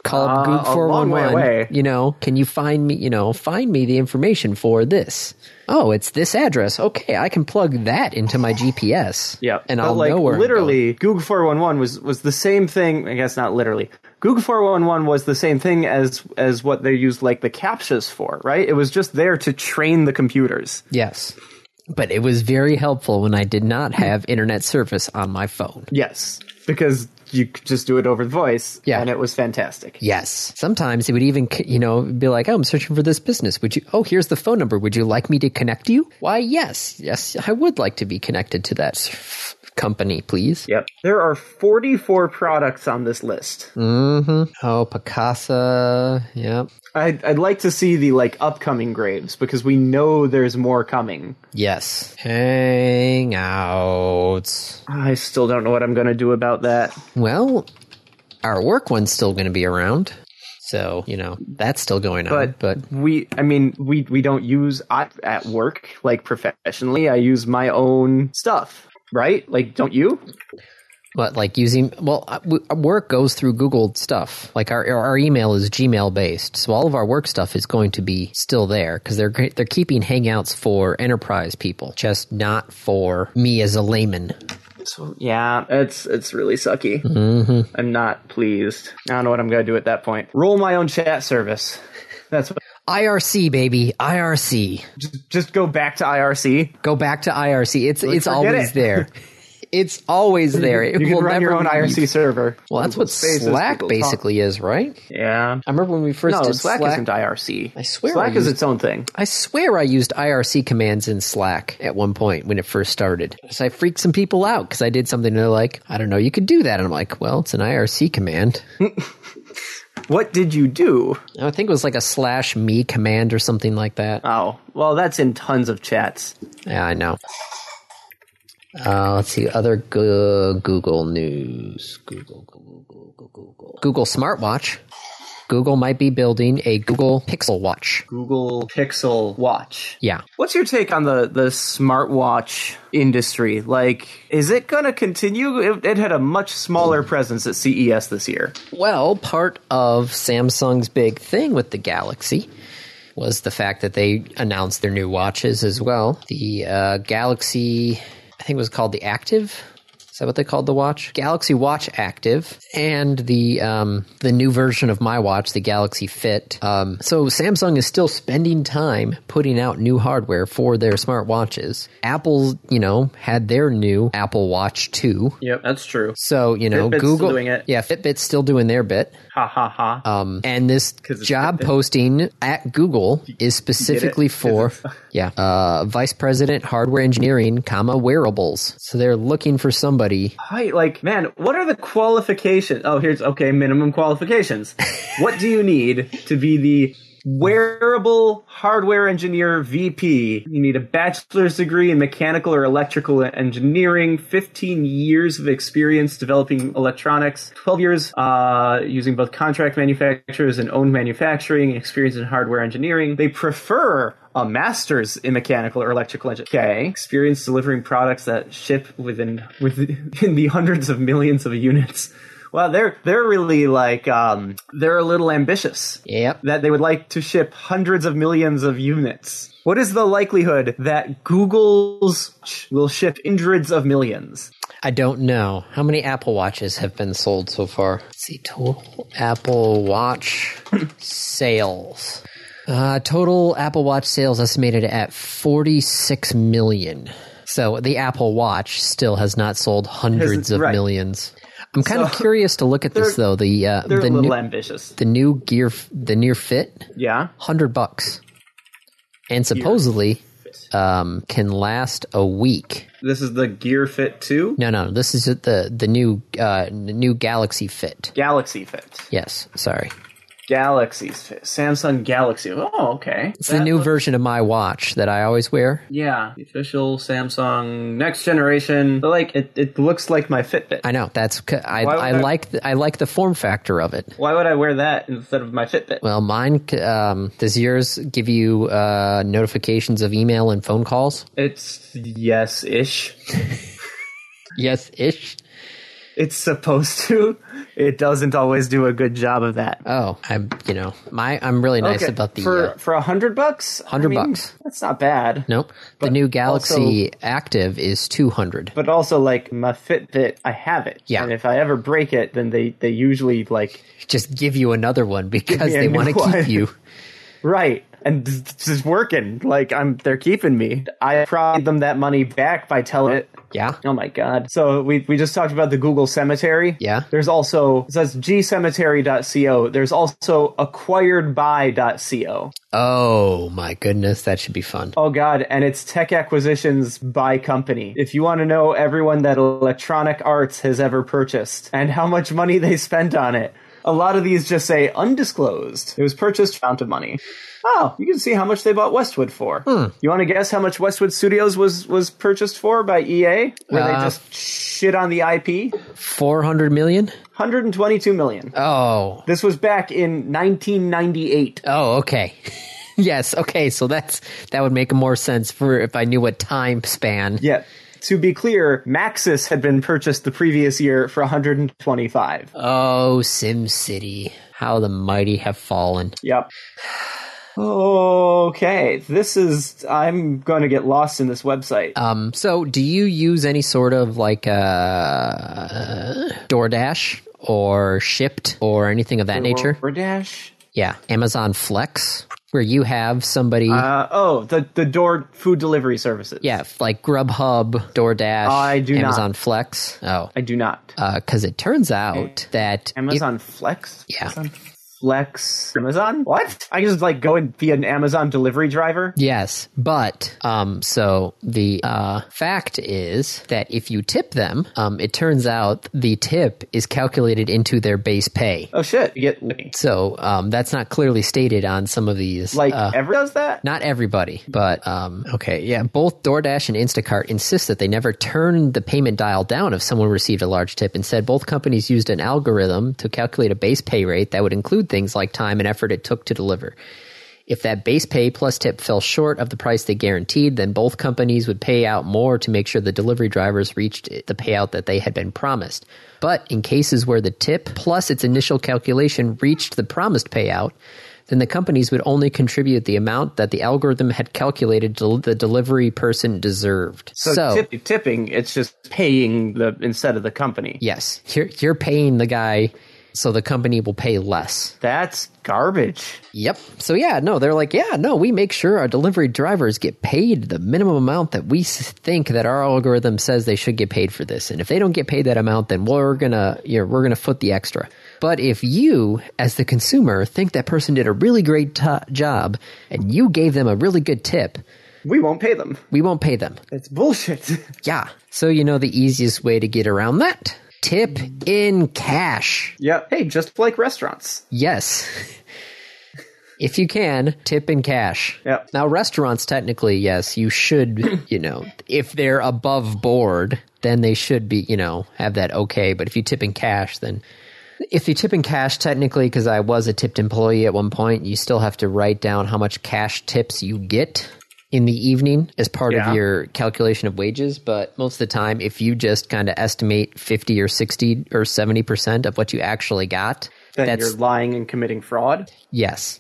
A: Call up
B: Uh,
A: Goog
B: a
A: four one
B: long way away.
A: one you know, can you find me, you know, find me the information for this? Oh, it's this address. Okay, I can plug that into my GPS.
B: [LAUGHS] Yeah,
A: And
B: but
A: I'll
B: like
A: know where I'm
B: literally Google 411 was was the same thing, I guess not literally. Google 411 was the same thing as as what they used like the captchas for, right? It was just there to train the computers.
A: going. Yes. But it was very helpful when I did not have internet service on my phone.
B: Yes, because you could just do it over the voice
A: Yeah.
B: and it was fantastic.
A: Yes. Sometimes it would even, c- you know, be like, oh, I'm searching for this business. Would you, oh, here's the phone number. Would you like me to connect you? Why, yes. Yes, I would like to be connected to that s- company, please.
B: Yep. There are 44 products on this list.
A: Oh, Picasa. Yep.
B: I'd, I'd like to see the like upcoming grades because we know there's more coming.
A: Yes. Hangouts.
B: I still don't know what I'm going to do about that.
A: Well, our work one's still going to be around. So, you know, that's still going on.
B: But-
A: But,
B: we i mean we we don't use I, at work like professionally i use my own stuff right like don't you
A: but like using, well, uh, w- work goes through Google stuff. Like our, our email is Gmail based. So all of our work stuff is going to be still there because they're, great- they're keeping Hangouts for enterprise people, just not for me as a layman.
B: so yeah it's it's really sucky
A: Mm-hmm.
B: i'm not pleased i don't know what i'm gonna do at that point roll my own chat service that's what,
A: IRC, baby. IRC.
B: just, just go back to irc
A: Go back to IRC. It's, it's
B: forget
A: always
B: it. [LAUGHS]
A: there. It's always there. It
B: you can
A: will
B: run your
A: never
B: own
A: leave.
B: irc server
A: Well, that's what
B: Spaces,
A: Slack
B: people talk.
A: basically is, right?
B: yeah
A: I remember when we first
B: no
A: did
B: slack,
A: Slack.
B: isn't irc i
A: swear
B: slack
A: I
B: is
A: used-
B: its own thing
A: I swear I used IRC commands in Slack at one point when it first started. So I freaked some people out because I did something and they're like, I don't know, you could do that. And I'm like, well, it's an IRC command.
B: what did you do
A: I think it was like a slash me command or something like that.
B: oh well that's in tons of chats
A: Yeah, I know. Uh, let's see, other Goo- Google news. Google, Google, Google, Google. Google smartwatch. Google might be building a Google Pixel watch.
B: Google Pixel Watch.
A: Yeah.
B: What's your take on the the smartwatch industry? Like, is it going to continue? It, it had a much smaller presence at CES this year.
A: Well, part of Samsung's big thing with the Galaxy was the fact that they announced their new watches as well. The uh, Galaxy, I think it was called the Active. Is that what they called the watch? Galaxy Watch Active and the um, the new version of my watch, the Galaxy Fit. Um, so Samsung is still spending time putting out new hardware for their smart watches. Apple, you know, had their new Apple Watch 2.
B: Yep, that's true.
A: So you know,
B: Fitbit's still
A: Google,
B: doing it.
A: yeah, Fitbit's still doing their bit.
B: Ha ha ha.
A: Um, and this
B: it's
A: job posting at Google is specifically for yeah, uh, vice president hardware engineering, comma wearables. So they're looking for somebody.
B: Right, like, man, what are the qualifications? Oh, here's okay, minimum qualifications. what do you need to be the wearable hardware engineer VP? You need a bachelor's degree in mechanical or electrical engineering, 15 years of experience developing electronics, 12 years uh, using both contract manufacturers and owned manufacturing, experience in hardware engineering. They prefer a master's in mechanical or electrical engineering. Okay. Experience delivering products that ship within within [LAUGHS] the hundreds of millions of units. Well, they're they're really like um, they're a little ambitious.
A: Yep.
B: That they would like to ship hundreds of millions of units. What is the likelihood that Google's sh- will ship hundreds of millions?
A: I don't know how many Apple watches have been sold so far. Let's see total Apple Watch sales. Uh, total Apple Watch sales estimated at 46 million. So the Apple Watch still has not sold hundreds
B: Hasn't-
A: of
B: right.
A: millions. I'm kind of
B: So-
A: curious to look at this
B: They're-
A: though. The uh,
B: They're
A: the
B: a little
A: new
B: ambitious.
A: the new gear the near fit
B: Yeah.
A: hundred bucks, and supposedly um, can last a week.
B: This is the Gear Fit 2
A: No, no, this is the the new uh, the new Galaxy Fit.
B: Galaxy Fit.
A: Yes, sorry,
B: Galaxy Fit. Samsung Galaxy. Oh, okay.
A: it's the new version of my watch that I always wear.
B: Yeah, the official Samsung next generation. But like it, it looks like my Fitbit.
A: I know that's c- I,
B: Why would
A: I
B: I-
A: like the, I like the form factor of it.
B: Why would I wear that instead of my Fitbit?
A: Well, mine c- um, does yours give you uh, notifications of email and phone calls?
B: It's yes ish.
A: Yes, ish.
B: It's supposed to. It doesn't always do a good job of that.
A: Oh, I'm you know my I'm really nice
B: Okay,
A: about the
B: for
A: uh,
B: for a hundred bucks. I
A: 100
B: mean,
A: bucks.
B: That's not bad.
A: nope. The new Galaxy Active is two hundred.
B: But also, like my Fitbit, I have it.
A: Yeah.
B: And if I ever break it, then they they usually like
A: Just give you another one because
B: me a
A: they want to
B: new one.
A: keep you.
B: right and this is working. Like I'm, they're keeping me. I provided them that money back by telling it. [LAUGHS]
A: Yeah.
B: Oh my god. So we we just talked about the Google Cemetery.
A: Yeah.
B: There's also it says gcemetery.co. There's also acquiredby.co.
A: Oh my goodness, that should be fun.
B: Oh god, and it's tech acquisitions by company. If you want to know everyone that Electronic Arts has ever purchased and how much money they spent on it. A lot of these just say undisclosed. It was purchased amount of money. Oh, you can see how much they bought Westwood for. You want to guess how much Westwood Studios was was purchased for by EA? Where they
A: Uh,
B: just shit on the IP?
A: Four hundred million.
B: 122 million.
A: Oh,
B: This was back in 1998.
A: Oh, okay. [LAUGHS] yes, okay. So that's that would make more sense for if I knew what time span.
B: Yeah. To be clear, Maxis had been purchased the previous year for 125.
A: Oh, Sim City. How the mighty have fallen.
B: Yep. Okay, this is. I'm going to get lost in this website.
A: Um, so do you use any sort of like uh DoorDash or Shipped or anything of that nature?
B: Or Dash.
A: Yeah. Amazon Flex where you have somebody
B: Uh, oh, the the door food delivery services.
A: yeah, like Grubhub, DoorDash,
B: I do not.
A: Amazon Flex. Oh.
B: I do not.
A: Because it turns out that if-
B: Amazon Flex.
A: Yeah.
B: Amazon Flex. Amazon. What? I can just like go and be an Amazon delivery driver.
A: Yes, but um, so the uh, fact is that if you tip them, um, it turns out the tip is calculated into their base pay.
B: Oh shit! You get
A: So um, that's not clearly stated on some of these.
B: like
A: uh,
B: ever does that?
A: not everybody, but um, okay, yeah. Both DoorDash and Instacart insist that they never turn the payment dial down if someone received a large tip. Instead, both companies used an algorithm to calculate a base pay rate that would include things like time and effort it took to deliver. If that base pay plus tip fell short of the price they guaranteed, then both companies would pay out more to make sure the delivery drivers reached the payout that they had been promised. But in cases where the tip plus its initial calculation reached the promised payout, then the companies would only contribute the amount that the algorithm had calculated del- the delivery person deserved. So,
B: So, tip, tipping, it's just paying the instead of the company.
A: yes, you're, you're paying the guy so the company will pay less.
B: That's garbage.
A: Yep. So yeah, no, they're like, yeah, no, we make sure our delivery drivers get paid the minimum amount that we s- think that our algorithm says they should get paid for this. And if they don't get paid that amount, then we're gonna, you know, we're gonna foot the extra. But if you, as the consumer, think that person did a really great to job and you gave them a really good tip,
B: We won't pay them.
A: we won't pay them.
B: It's bullshit. [LAUGHS]
A: Yeah. So you know the easiest way to get around that? Tip in cash.
B: yep. Hey, just like restaurants.
A: Yes. if you can, tip in cash.
B: Yep.
A: Now, restaurants, technically, yes, you
B: [CLEARS THROAT]
A: should, you know, if they're above board, then they should be, you know, have that okay. But if you tip in cash, then. If you tip in cash, technically, because I was a tipped employee at one point, you still have to write down how much cash tips you get in the evening as part
B: Yeah.
A: of your calculation of wages. But most of the time, if you just kind of estimate 50 or 60 or 70% of what you actually got,
B: Then
A: that's
B: you're lying and committing fraud.
A: Yes.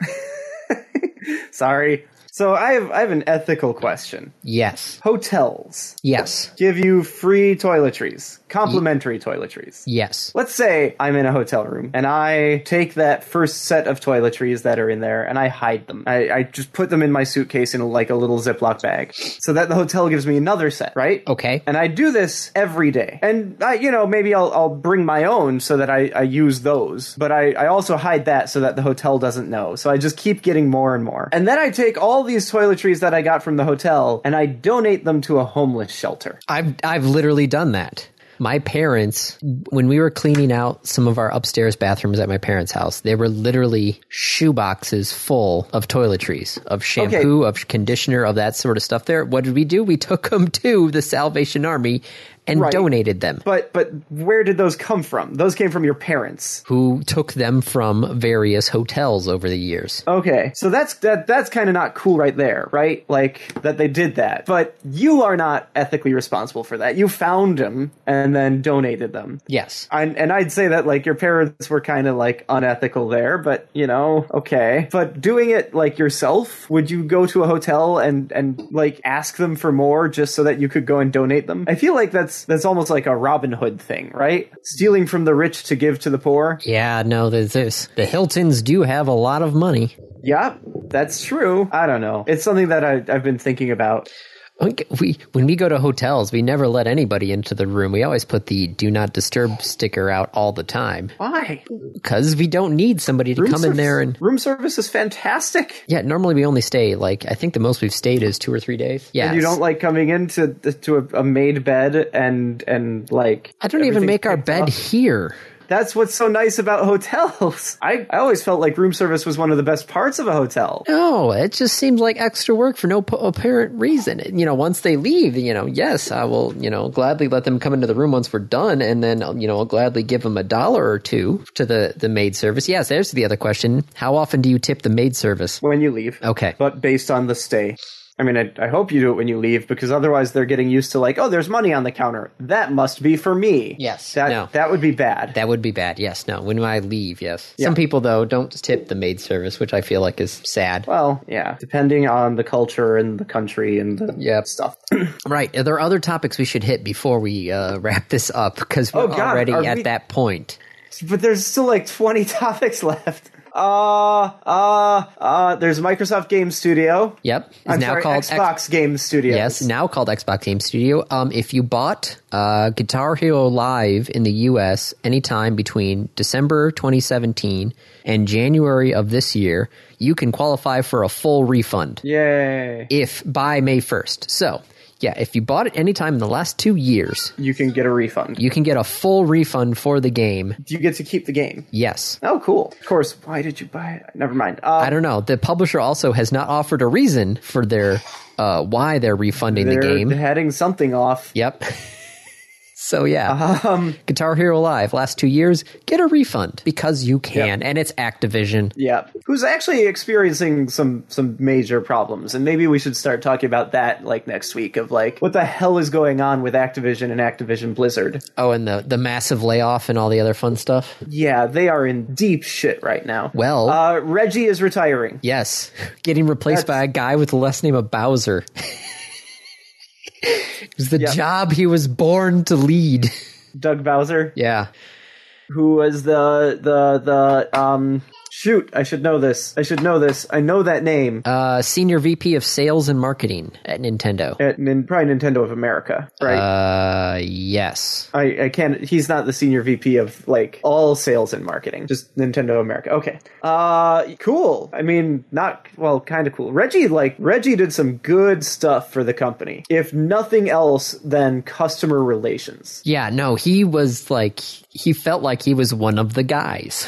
B: Sorry. So I have I have an ethical question.
A: Yes.
B: Hotels
A: Yes.
B: give you free toiletries, complimentary toiletries.
A: Yes.
B: Let's say I'm in a hotel room and I take that first set of toiletries that are in there and I hide them. I, I just put them in my suitcase in like a little Ziploc bag so that the hotel gives me another set, right?
A: Okay.
B: And I do this every day. And I, you know, maybe I'll, I'll bring my own so that I, I use those. But I, I also hide that so that the hotel doesn't know. So I just keep getting more and more. And then I take all these toiletries that I got from the hotel and I donate them to a homeless shelter.
A: I've I've literally done that. My parents, when we were cleaning out some of our upstairs bathrooms at my parents' house, there were literally shoe boxes full of toiletries, of shampoo, of conditioner, of that sort of stuff. There, what did we do? We took them [LAUGHS] to the Salvation Army and
B: Right.
A: donated them.
B: But but where did those come from? Those came from your parents.
A: Who took them from various hotels over the years?
B: Okay, so that's that that's kind of not cool right there, right? Like that they did that. But you are not ethically responsible for that. You found them and then donated them.
A: Yes.
B: And, and I'd say that like your parents were kind of like unethical there, but you know, okay. But doing it like yourself, would you go to a hotel and and like ask them for more just so that you could go and donate them? I feel like that's that's almost like a Robin Hood thing, right? Stealing from the rich to give to the poor.
A: Yeah, no, there's, there's the Hiltons do have a lot of money.
B: Yep, that's true. I don't know. It's something that I, I've been thinking about.
A: Like, We when we go to hotels, we never let anybody into the room. We always put the "Do Not Disturb" sticker out all the time
B: Why?
A: because we don't need somebody to
B: Room
A: come in
B: service-
A: there and.
B: room service is fantastic.
A: Yeah, normally we only stay like I think the most we've stayed is two or three days. Yeah,
B: And you don't like coming into to a, a made bed and and like
A: I don't even
B: everything's
A: make our
B: picked
A: bed
B: up.
A: here.
B: That's what's so nice about hotels. [LAUGHS] I, I always felt like room service was one of the best parts of a hotel.
A: No, it just seems like extra work for no p- apparent reason. And, You know, once they leave, you know, yes, I will, you know, gladly let them come into the room once we're done, and then you know, I'll gladly give them a dollar or two to the the maid service. Yes, there's the other question: How often do you tip the maid service?
B: When you leave.
A: Okay.
B: But based on the stay. I mean, I, I hope you do it when you leave because otherwise they're getting used to like, oh, there's money on the counter. That must be for me.
A: Yes,
B: That,
A: no.
B: that would be bad.
A: That would be bad. Yes, no. When I leave, yes. Some people though don't tip the maid service, which I feel like is sad.
B: well, yeah. Depending on the culture and the country and the
A: Yeah. [CLEARS THROAT]
B: stuff.
A: Right. There are other topics we should hit before we uh, [LAUGHS] wrap this up because we're
B: Oh, God,
A: already
B: are
A: at
B: we-
A: that point.
B: but there's still like 20 [LAUGHS] topics left. Uh, uh, uh, there's Microsoft Game Studio.
A: Yep. It's
B: I'm sorry,
A: called X-
B: Xbox Game Studio.
A: Yes, now called Xbox Game Studio. Um, if you bought uh, Guitar Hero Live in the U.S. anytime between December 2017 and January of this year, you can qualify for a full refund
B: Yay.
A: if by May 1st. So, yeah, if you bought it anytime in the last two years,
B: You can get a refund.
A: you can get a full refund for the game.
B: you get to keep the game.
A: Yes.
B: Oh, cool. Of course. Why did you buy it? Never mind. Uh,
A: I don't know. The publisher also has not offered a reason for their uh, why they're refunding
B: they're
A: the game.
B: heading something off.
A: Yep. [LAUGHS] so yeah, Guitar Hero Live last two years get a refund because you can, and it's Activision.
B: Yeah. Who's actually experiencing some some major problems, and maybe we should start talking about that like next week. Of like, what the hell is going on with Activision and Activision Blizzard?
A: Oh, and the the massive layoff and all the other fun stuff.
B: Yeah, they are in deep shit right now.
A: Well-
B: uh, Reggie is retiring.
A: Yes, getting replaced by a guy with the last name of Bowser. it was the job he was born to lead.
B: Doug Bowser,
A: yeah.
B: who was the the the um. Shoot, I should know this. I should know this. I know that name.
A: Uh, senior VP of Sales and Marketing at Nintendo.
B: at nin, probably Nintendo of America, right?
A: Uh, yes.
B: I, I can't. He's not the senior VP of like all sales and marketing, just Nintendo America. Okay, uh, cool. I mean, not well, kind of cool. Reggie, like Reggie, did some good stuff for the company, if nothing else than customer relations.
A: Yeah, no, he was like he felt like he was one of the guys.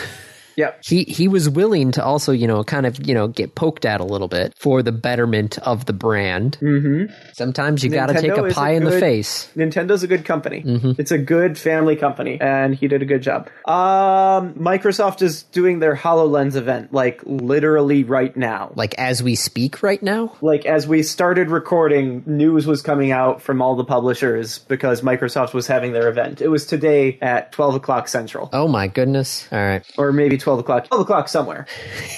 B: Yep.
A: he he was willing to also you know kind of you know get poked at a little bit for the betterment of the brand. Mm-hmm. Sometimes you got to take
B: Nintendo
A: a
B: is a
A: pie in the
B: good-
A: face. Mm-hmm.
B: Nintendo's a good company. It's a good family company, and he did a good job. Um, Microsoft is doing their HoloLens event, like literally right now.
A: Like as we speak right now,
B: like as we started recording news was coming out from all the publishers because microsoft was having their event it was today at 12 o'clock central
A: oh my goodness! All right,
B: or maybe twelve o'clock. Twelve o'clock somewhere.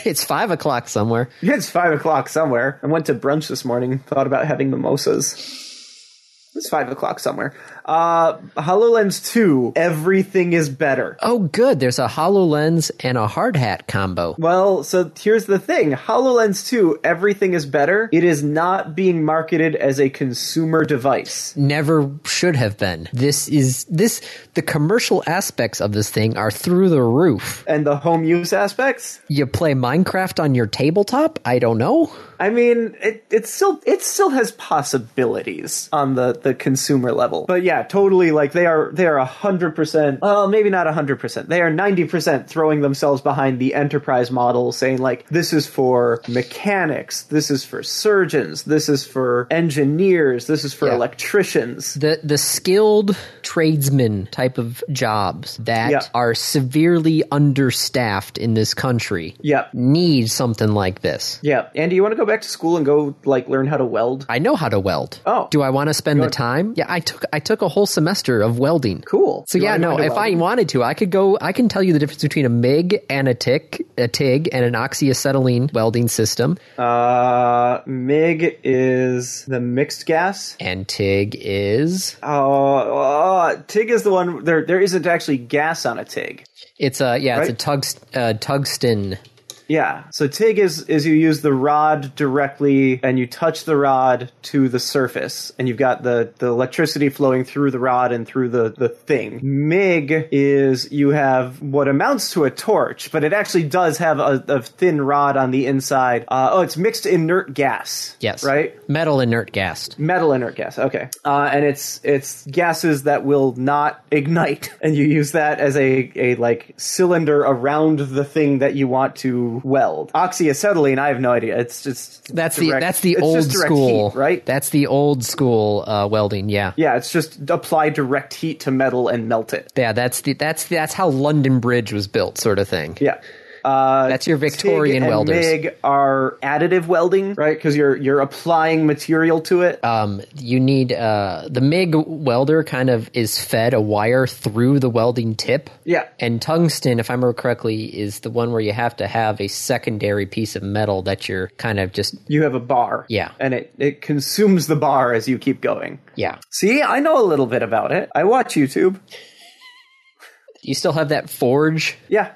A: It's five o'clock somewhere.
B: It's five o'clock somewhere. I went to brunch this morning. Thought about having mimosas. It's five o'clock somewhere. Uh, Hololens Two. Everything is better.
A: Oh, good. There's a HoloLens and a hard hat combo.
B: Well, so here's the thing HoloLens 2, everything is better. It is not being marketed as a consumer device.
A: Never should have been. This is this the commercial aspects of this thing are through the roof.
B: And the home use aspects?
A: You play Minecraft on your tabletop? I don't know.
B: I mean, it, it still it still has possibilities on the, the consumer level. But yeah, totally like they are they are hundred percent well, maybe not hundred percent. They are ninety percent throwing themselves behind the enterprise model, saying like this is for mechanics, this is for surgeons, this is for engineers, this is for
A: Yeah.
B: electricians.
A: The the skilled tradesman type of jobs that
B: Yeah.
A: are severely understaffed in this country
B: Yep.
A: need something like this.
B: Yeah. Andy, you want to go back to school and go like learn how to weld?
A: I know how to weld.
B: Oh.
A: do I want to spend the time? Yeah, I took I took a whole semester of welding.
B: Cool.
A: So
B: You
A: yeah,
B: wanna go
A: no.
B: into
A: If I
B: welding?
A: wanted to, I could go. I can tell you the difference between a MIG and a TIG, a TIG and an oxyacetylene welding system.
B: Uh, MIG is the mixed gas.
A: And TIG is
B: Oh, uh, TIG is the one. There, there isn't actually gas on a TIG.
A: it's a yeah, it's a
B: Right.
A: tugst, uh, tungsten.
B: Yeah. So TIG is is you use the rod directly and you touch the rod to the surface and you've got the the electricity flowing through the rod and through the the thing. MIG is you have what amounts to a torch, but it actually does have a, a thin rod on the inside. Uh, oh, it's mixed inert gas.
A: Yes,
B: Right.
A: Metal inert gas.
B: metal inert gas okay uh, and it's it's gases that will not ignite [LAUGHS] and you use that as a, a like cylinder around the thing that you want to weld oxyacetylene i have no idea it's just
A: That's the
B: direct-
A: that's the
B: it's
A: old
B: just direct
A: school,
B: heat, right
A: That's the old school uh, welding. Yeah. yeah,
B: yeah it's just apply direct heat to metal and melt it
A: That's the that's that's how London Bridge was built, sort of thing.
B: yeah uh,
A: That's your Victorian
B: TIG and
A: welders.
B: MIG are additive welding, right? Because you're you're applying material to it.
A: um, you need uh, the MIG welder kind of is fed a wire through the welding tip.
B: Yeah.
A: And tungsten, if I remember correctly, is the one where you have to have a secondary piece of metal that you're kind of just
B: you have a bar,
A: Yeah.
B: and it it consumes the bar as you keep going.
A: yeah.
B: See, I know a little bit about it. I watch YouTube.
A: You still have that forge.
B: Yeah.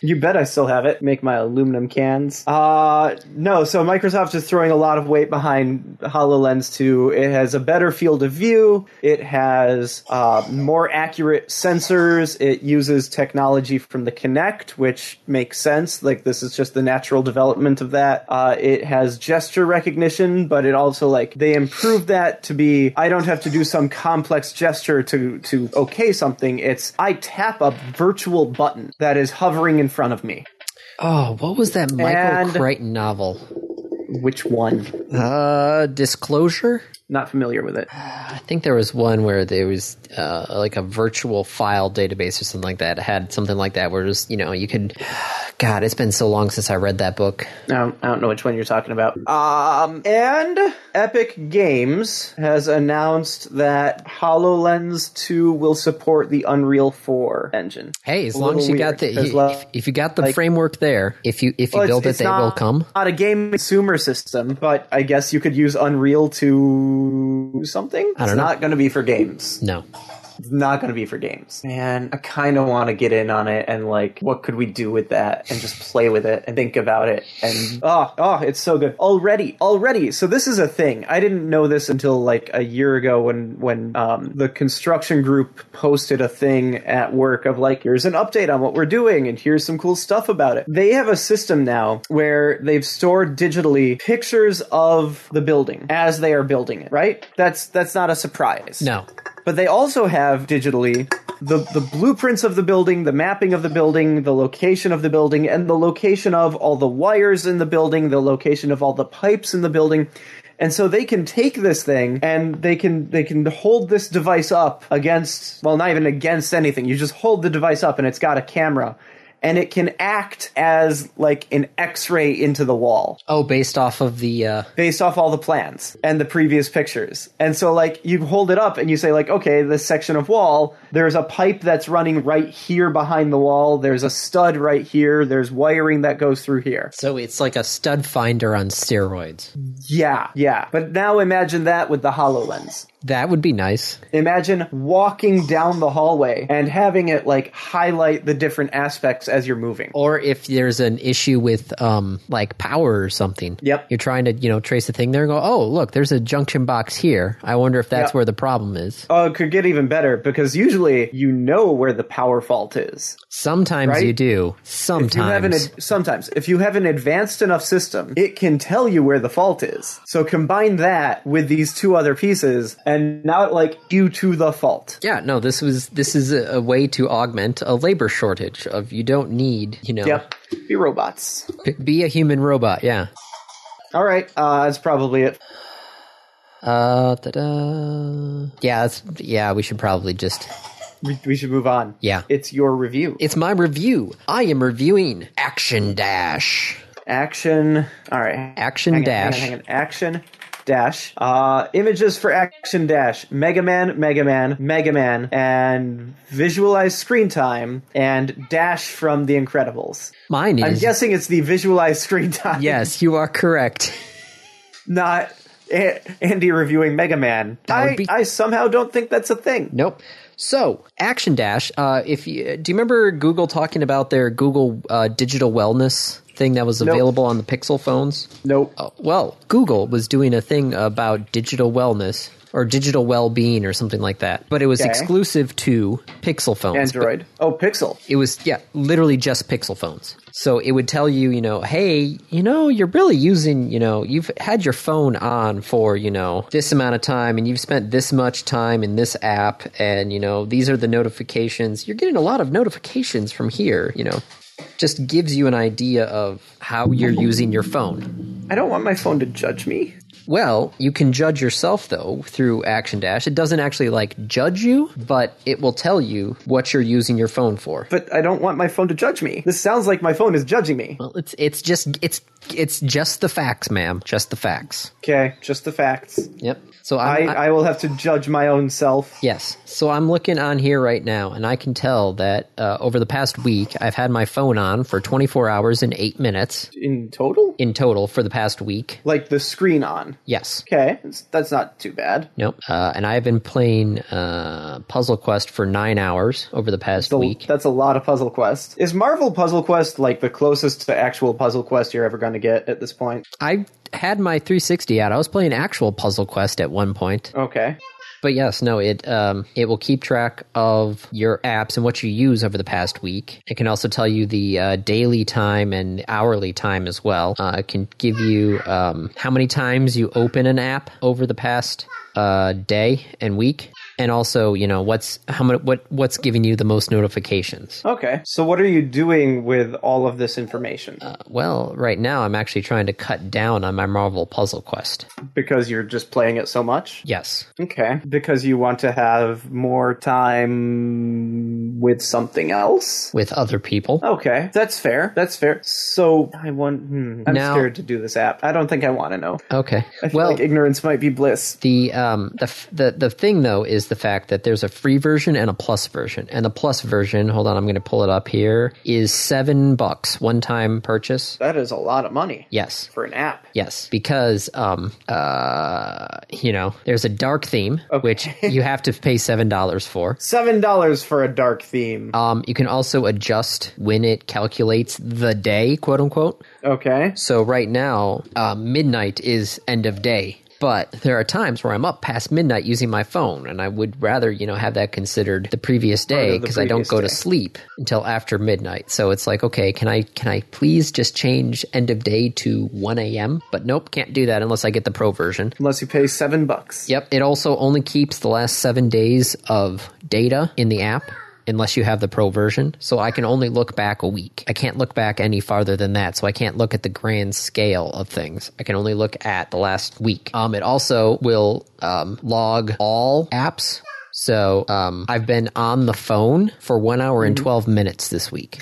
B: You bet I still have it. Make my aluminum cans. Uh no, so Microsoft's just throwing a lot of weight behind HoloLens 2. It has a better field of view, it has uh, more accurate sensors, it uses technology from the Kinect, which makes sense. Like this is just the natural development of that. Uh, it has gesture recognition, but it also like they improved that to be I don't have to do some complex gesture to to okay something. It's I tap a virtual button that is hovering in front of me.
A: Oh, what was that Michael
B: And-
A: Crichton novel?
B: Which one?
A: Uh, Disclosure.
B: Not familiar with it.
A: I think there was one where there was uh, like a virtual file database or something like that. It had something like that where just you know you could. [SIGHS] God, it's been so long since I read that book.
B: I don't, I don't know which one you're talking about. Um, and Epic Games has announced that HoloLens 2 will support the Unreal 4 engine.
A: Hey, as
B: A
A: long as you
B: little
A: got the
B: weird, 'cause
A: you-
B: lo-
A: if, if you got the
B: like-
A: framework there, if you if you
B: Well, it's-
A: build it,
B: it's
A: they
B: not,
A: will come.
B: Not a game consumer system, but I guess you could use Unreal to something.
A: don't
B: it's
A: know.
B: not going to be for games.
A: No,
B: It's not going to be for games. And I kind of want to get in on it and like, what could we do with that? And just play with it and think about it. And oh, oh, it's so good already, already. So this is a thing. I didn't know this until like a year ago when when um, the construction group posted a thing at work of like, here's an update on what we're doing and here's some cool stuff about it. They have a system now where they've stored digitally pictures of the building as they are building it. Right? That's that's not a surprise
A: no.
B: but they also have digitally the, the blueprints of the building, the mapping of the building, the location of the building, and the location of all the wires in the building, the location of all the pipes in the building. And so they can take this thing and they can they can hold this device up against well not even against anything. You just hold the device up and it's got a camera and it can act as like an X-ray into the wall
A: Oh, based off of the uh,
B: based off all the plans and the previous pictures. And so like you hold it up and you say like okay, this section of wall, there's a pipe that's running right here behind the wall, there's a stud right here, there's wiring that goes through here.
A: so it's like a stud finder on steroids.
B: Yeah, yeah. But now imagine that with the HoloLens.
A: That would be nice.
B: Imagine walking down the hallway and having it like highlight the different aspects as you're moving.
A: Or if there's an issue with um like power or something.
B: Yep.
A: You're trying to, you know, trace a thing there and go, "Oh, look, there's a junction box here. I wonder if that's
B: Yep.
A: where the problem is."
B: Oh, it could get even better because usually you know where the power fault is.
A: Sometimes
B: Right?
A: you do. Sometimes.
B: You have an ad- sometimes, if you have an advanced enough system, it can tell you where the fault is. So combine that with these two other pieces, and now it like you to the fault.
A: yeah, no, this was this is a, a way to augment a labor shortage of you don't need, you know,
B: Yep, be robots.
A: b- be a human robot, yeah.
B: All right, uh, that's probably it.
A: Uh, da-da. Yeah, that's, yeah, we should probably just
B: We, we should move on.
A: Yeah.
B: it's your review.
A: It's my review. I am reviewing Action Dash.
B: Action. All right.
A: Action
B: Hang on,
A: Dash.
B: hang on, hang on. Action Dash. Uh, images for Action Dash. Mega Man, Mega Man, Mega Man, and visualized screen time and Dash from The Incredibles.
A: Mine
B: I'm
A: is
B: guessing it's the visualized screen [LAUGHS] time.
A: [LAUGHS] yes, you are correct.
B: Not A- Andy reviewing Mega Man.
A: would
B: I,
A: be-
B: I somehow don't think that's a thing.
A: Nope. So, Action Dash. Uh, if you, do you remember Google talking about their Google uh, digital wellness thing that was available on the Pixel phones?
B: Nope.
A: Oh, well, Google was doing a thing about digital wellness or digital well-being or something like that, but it was
B: Okay.
A: exclusive to Pixel phones. But-
B: Android. Oh, Pixel.
A: it was yeah literally just pixel phones so it would tell you you know hey you know you're really using you know you've had your phone on for you know this amount of time and you've spent this much time in this app and you know these are the notifications you're getting a lot of notifications from here you know just gives you an idea of how you're using your phone
B: I don't want my phone to judge me.
A: well you can judge yourself though through action dash it doesn't actually like judge you but it will tell you what you're using your phone for
B: But I don't want my phone to judge me. This sounds like my phone is judging me.
A: Well, it's it's just it's it's just the facts, ma'am. Just the facts.
B: Okay, just the facts.
A: Yep. So
B: I,
A: I'm, I,
B: I will have to judge my own self.
A: yes. So I'm looking on here right now, and I can tell that uh, over the past week, I've had my phone on for 24 hours and eight minutes
B: In total?
A: in total for the past week.
B: Like the screen on.
A: Yes.
B: Okay, that's- that's not too bad.
A: Nope. Uh, and I've been playing uh, Puzzle Quest for nine hours over the past week.
B: That's a lot of Puzzle Quest. Is Marvel Puzzle Quest like the closest to actual Puzzle Quest you're ever going to get at this point?
A: I had my 360 out. I was playing actual Puzzle Quest at one point.
B: Okay.
A: But yes, no, it um, it will keep track of your apps and what you use over the past week. It can also tell you the uh, daily time and hourly time as well. Uh, it can give you um, how many times you open an app over the past uh, day and week, and also you know what's how much what what's giving you the most notifications.
B: Okay. So what are you doing with all of this information?
A: Uh, Well, right now I'm actually trying to cut down on my Marvel Puzzle Quest.
B: because you're just playing it so much?
A: Yes,
B: Okay. Because you want to have more time with something else?
A: with other people.
B: Okay, that's fair. That's fair. So I want. Hmm, I'm
A: Now-
B: scared to do this app. I don't think I want to know.
A: Okay.
B: I feel
A: Well,
B: like ignorance might be bliss.
A: The um the, f- the the thing though is the fact that there's a free version and a plus version, and the plus version. Hold on, I'm going to pull it up here. Is seven bucks one time purchase?
B: That is a lot of money
A: Yes,
B: for an app.
A: yes, because um uh you know there's a dark theme which you have to pay seven dollars for.
B: Seven dollars for a dark theme.
A: Um, you can also adjust when it calculates the day, quote unquote.
B: Okay.
A: So right now, uh, midnight is end of day. But there are times where I'm up past midnight using my phone, and I would rather, you know, have that considered the previous day
B: of the
A: because I don't
B: previous
A: go to
B: day.
A: sleep until after midnight. So it's like, okay, can I can I please just change end of day to 1 a.m.? But nope, can't do that unless I get the pro version.
B: Unless you pay seven bucks.
A: Yep, it also only keeps the last seven days of data in the app unless you have the pro version. So I can only look back a week. I can't look back any farther than that. So I can't look at the grand scale of things. I can only look at the last week. Um, it also will um, log all apps. So um, I've been on the phone for one hour and 12 minutes this week.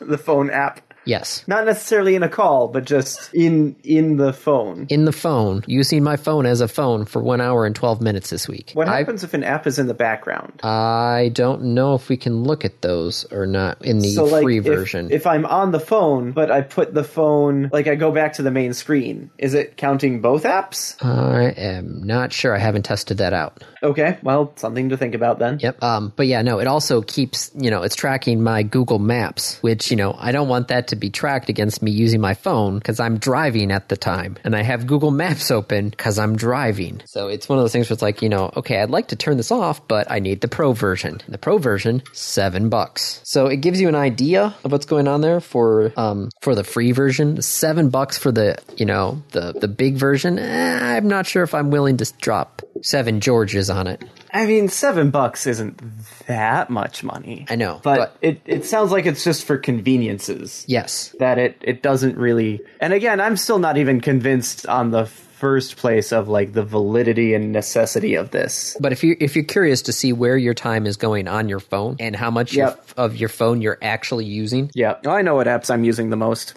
B: the phone app.
A: Yes.
B: Not necessarily in a call, but just in in the phone.
A: In the phone, using my phone as a phone for one hour and 12 minutes this week.
B: What
A: I,
B: happens if an app is in the background?
A: I don't know if we can look at those or not in the
B: so like
A: free
B: if,
A: version.
B: if I'm on the phone, but I put the phone like I go back to the main screen, is it counting
A: [LAUGHS]
B: both apps?
A: I am not sure. I haven't tested that out.
B: Okay, well, something to think about then.
A: Yep. Um, but yeah, no, it also keeps, you know, it's tracking my Google Maps, which, you know, I don't want that to be tracked against me using my phone because I'm driving at the time and I have Google Maps open because I'm driving. So it's one of those things where it's like, you know, okay, I'd like to turn this off, but I need the pro version. The pro version, seven bucks. So it gives you an idea of what's going on there for, um, for the free version. Seven bucks for the, you know, the, the big version. Eh, I'm not sure if I'm willing to drop seven Georges on it.
B: I mean, 7 bucks isn't that much money.
A: I know,
B: But,
A: but-
B: it it sounds like it's just for conveniences.
A: Yes.
B: that it it doesn't really and again i'm still not even convinced on the first place of like the validity and necessity of this
A: But if you if you're curious to see where your time is going on your phone and how much your-
B: Yep.
A: of your phone you're actually using,
B: yeah i know what apps i'm using the most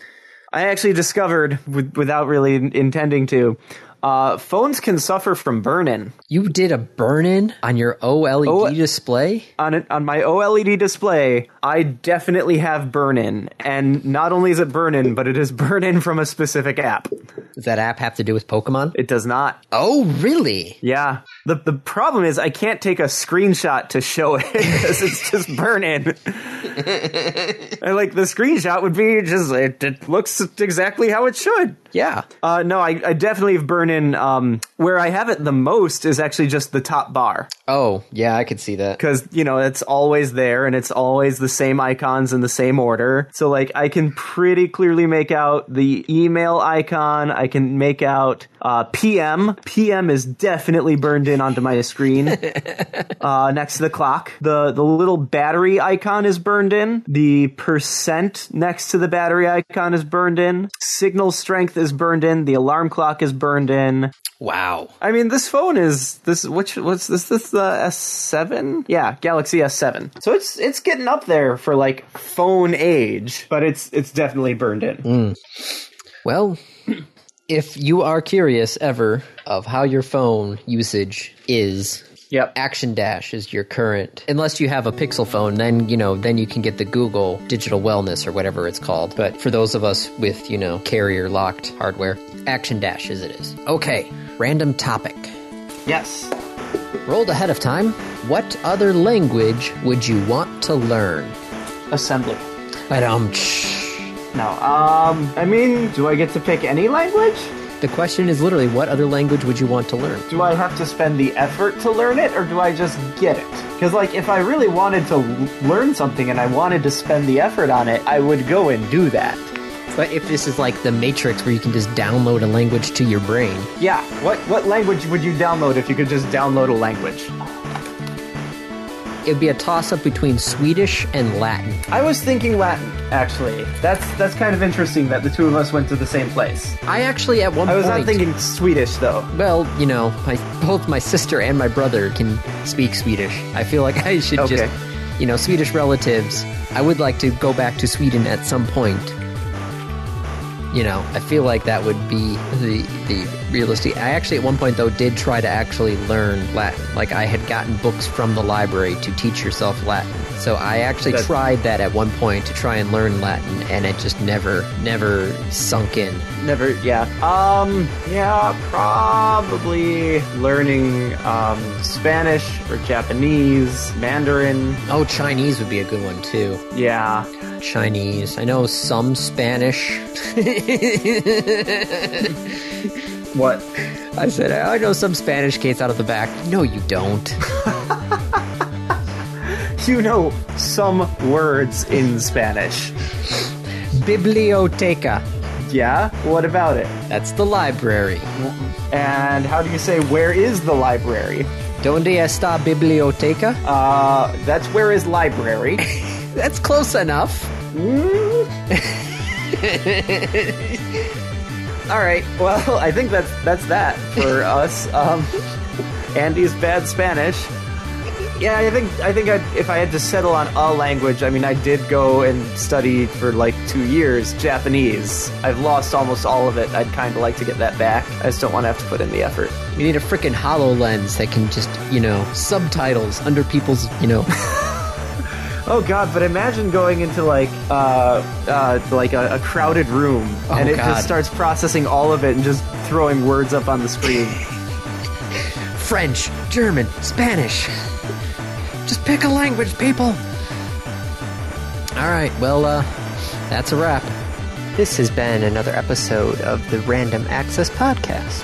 B: i actually discovered with, without really intending to uh, phones can suffer from burn-in
A: you did a burn in on your OLED
B: Oh.
A: display.
B: on it on my OLED display, I definitely have burn-in, and not only is it burn-in, but it is [LAUGHS] burn-in from a specific app.
A: Does that app have to do with Pokemon?
B: It does not.
A: Oh, really?
B: Yeah. The the problem is I can't take a screenshot to show it [LAUGHS] because it's just burning. and like the screenshot would be just it, it looks exactly how it should.
A: Yeah.
B: Uh, no, I, I definitely have burn in. Um, where I have it the most is actually just the top bar
A: Oh, yeah, I could see that.
B: because you know it's always there and it's always the same icons in the same order. So like I can pretty clearly make out the email icon. I can make out uh, PM. PM is definitely burned in onto my screen. uh, next to the clock, the the little battery icon is burned in. The percent next to the battery icon is burned in. Signal strength is burned in. The alarm clock is burned in.
A: Wow.
B: I mean, this phone is this. Which what's this? This the S seven? Yeah, Galaxy S seven. So it's it's getting up there for like phone age, but it's it's definitely burned in.
A: Well, if you are curious ever of how your phone usage is,
B: Yep.
A: Action Dash is your current. Unless you have a Pixel phone, then you know, then you can get the Google Digital Wellness or whatever it's called. But for those of us with, you know, carrier locked hardware, Action Dash is it is. Okay, random topic.
B: Yes.
A: Rolled ahead of time. What other language would you want to learn?
B: Assembly.
A: Um,
B: No. Um. I mean, do I get to pick any language?
A: the question is literally, what other language would you want to learn?
B: Do I have to spend the effort to learn it, or do I just get it? Because like, if I really wanted to l- learn something and I wanted to spend the effort on it, I would go and do that.
A: But if this is like the Matrix where you can just download a language to your brain,
B: Yeah. What what language would you download if you could just download a language?
A: it'd be a toss up between Swedish and Latin.
B: I was thinking Latin, actually. That's that's kind of interesting that the two of us went to the same place.
A: I actually at one
B: I was
A: point
B: not thinking Swedish though.
A: Well, you know, my, both my sister and my brother can speak Swedish. I feel like [LAUGHS] I should
B: Okay.
A: just, you know, Swedish relatives. I would like to go back to Sweden at some point. You know, I feel like that would be the the realistic. I actually at one point though did try to actually learn Latin. Like I had gotten books from the library to teach yourself Latin. So I actually
B: That's-
A: tried that at one point to try and learn Latin, and it just never never sunk in.
B: Never, yeah. Um, yeah, probably learning um, Spanish or Japanese, Mandarin.
A: Oh, Chinese would be a good one too.
B: Yeah,
A: Chinese. I know some Spanish.
B: what? [LAUGHS]
A: I said, I know some Spanish kids out of the back. No, you don't.
B: You know some words in Spanish.
A: Biblioteca.
B: Yeah. What about it?
A: That's the library.
B: And how do you say where is the library?
A: Donde está biblioteca?
B: Uh, that's where is library. [LAUGHS]
A: That's close enough.
B: Mm,
A: All right.
B: Well, [LAUGHS] I think that's that's that for us. Um, Andy's bad Spanish. Yeah, I think I think I'd, if I had to settle on a language, I mean, I did go and study for like two years Japanese. I've lost almost all of it. I'd kind of like to get that back. I just don't want to have to put in the effort.
C: You need a freaking HoloLens that can just, you know, subtitles under people's, you know.
B: Oh God! But imagine going into like uh, uh, like a, a crowded room and it
C: God.
B: just starts processing all of it and just throwing words up on the screen.
C: French, German, Spanish. Just pick a language, people. All right, well, uh, that's a wrap.
A: This has been another episode of the Random Access Podcast.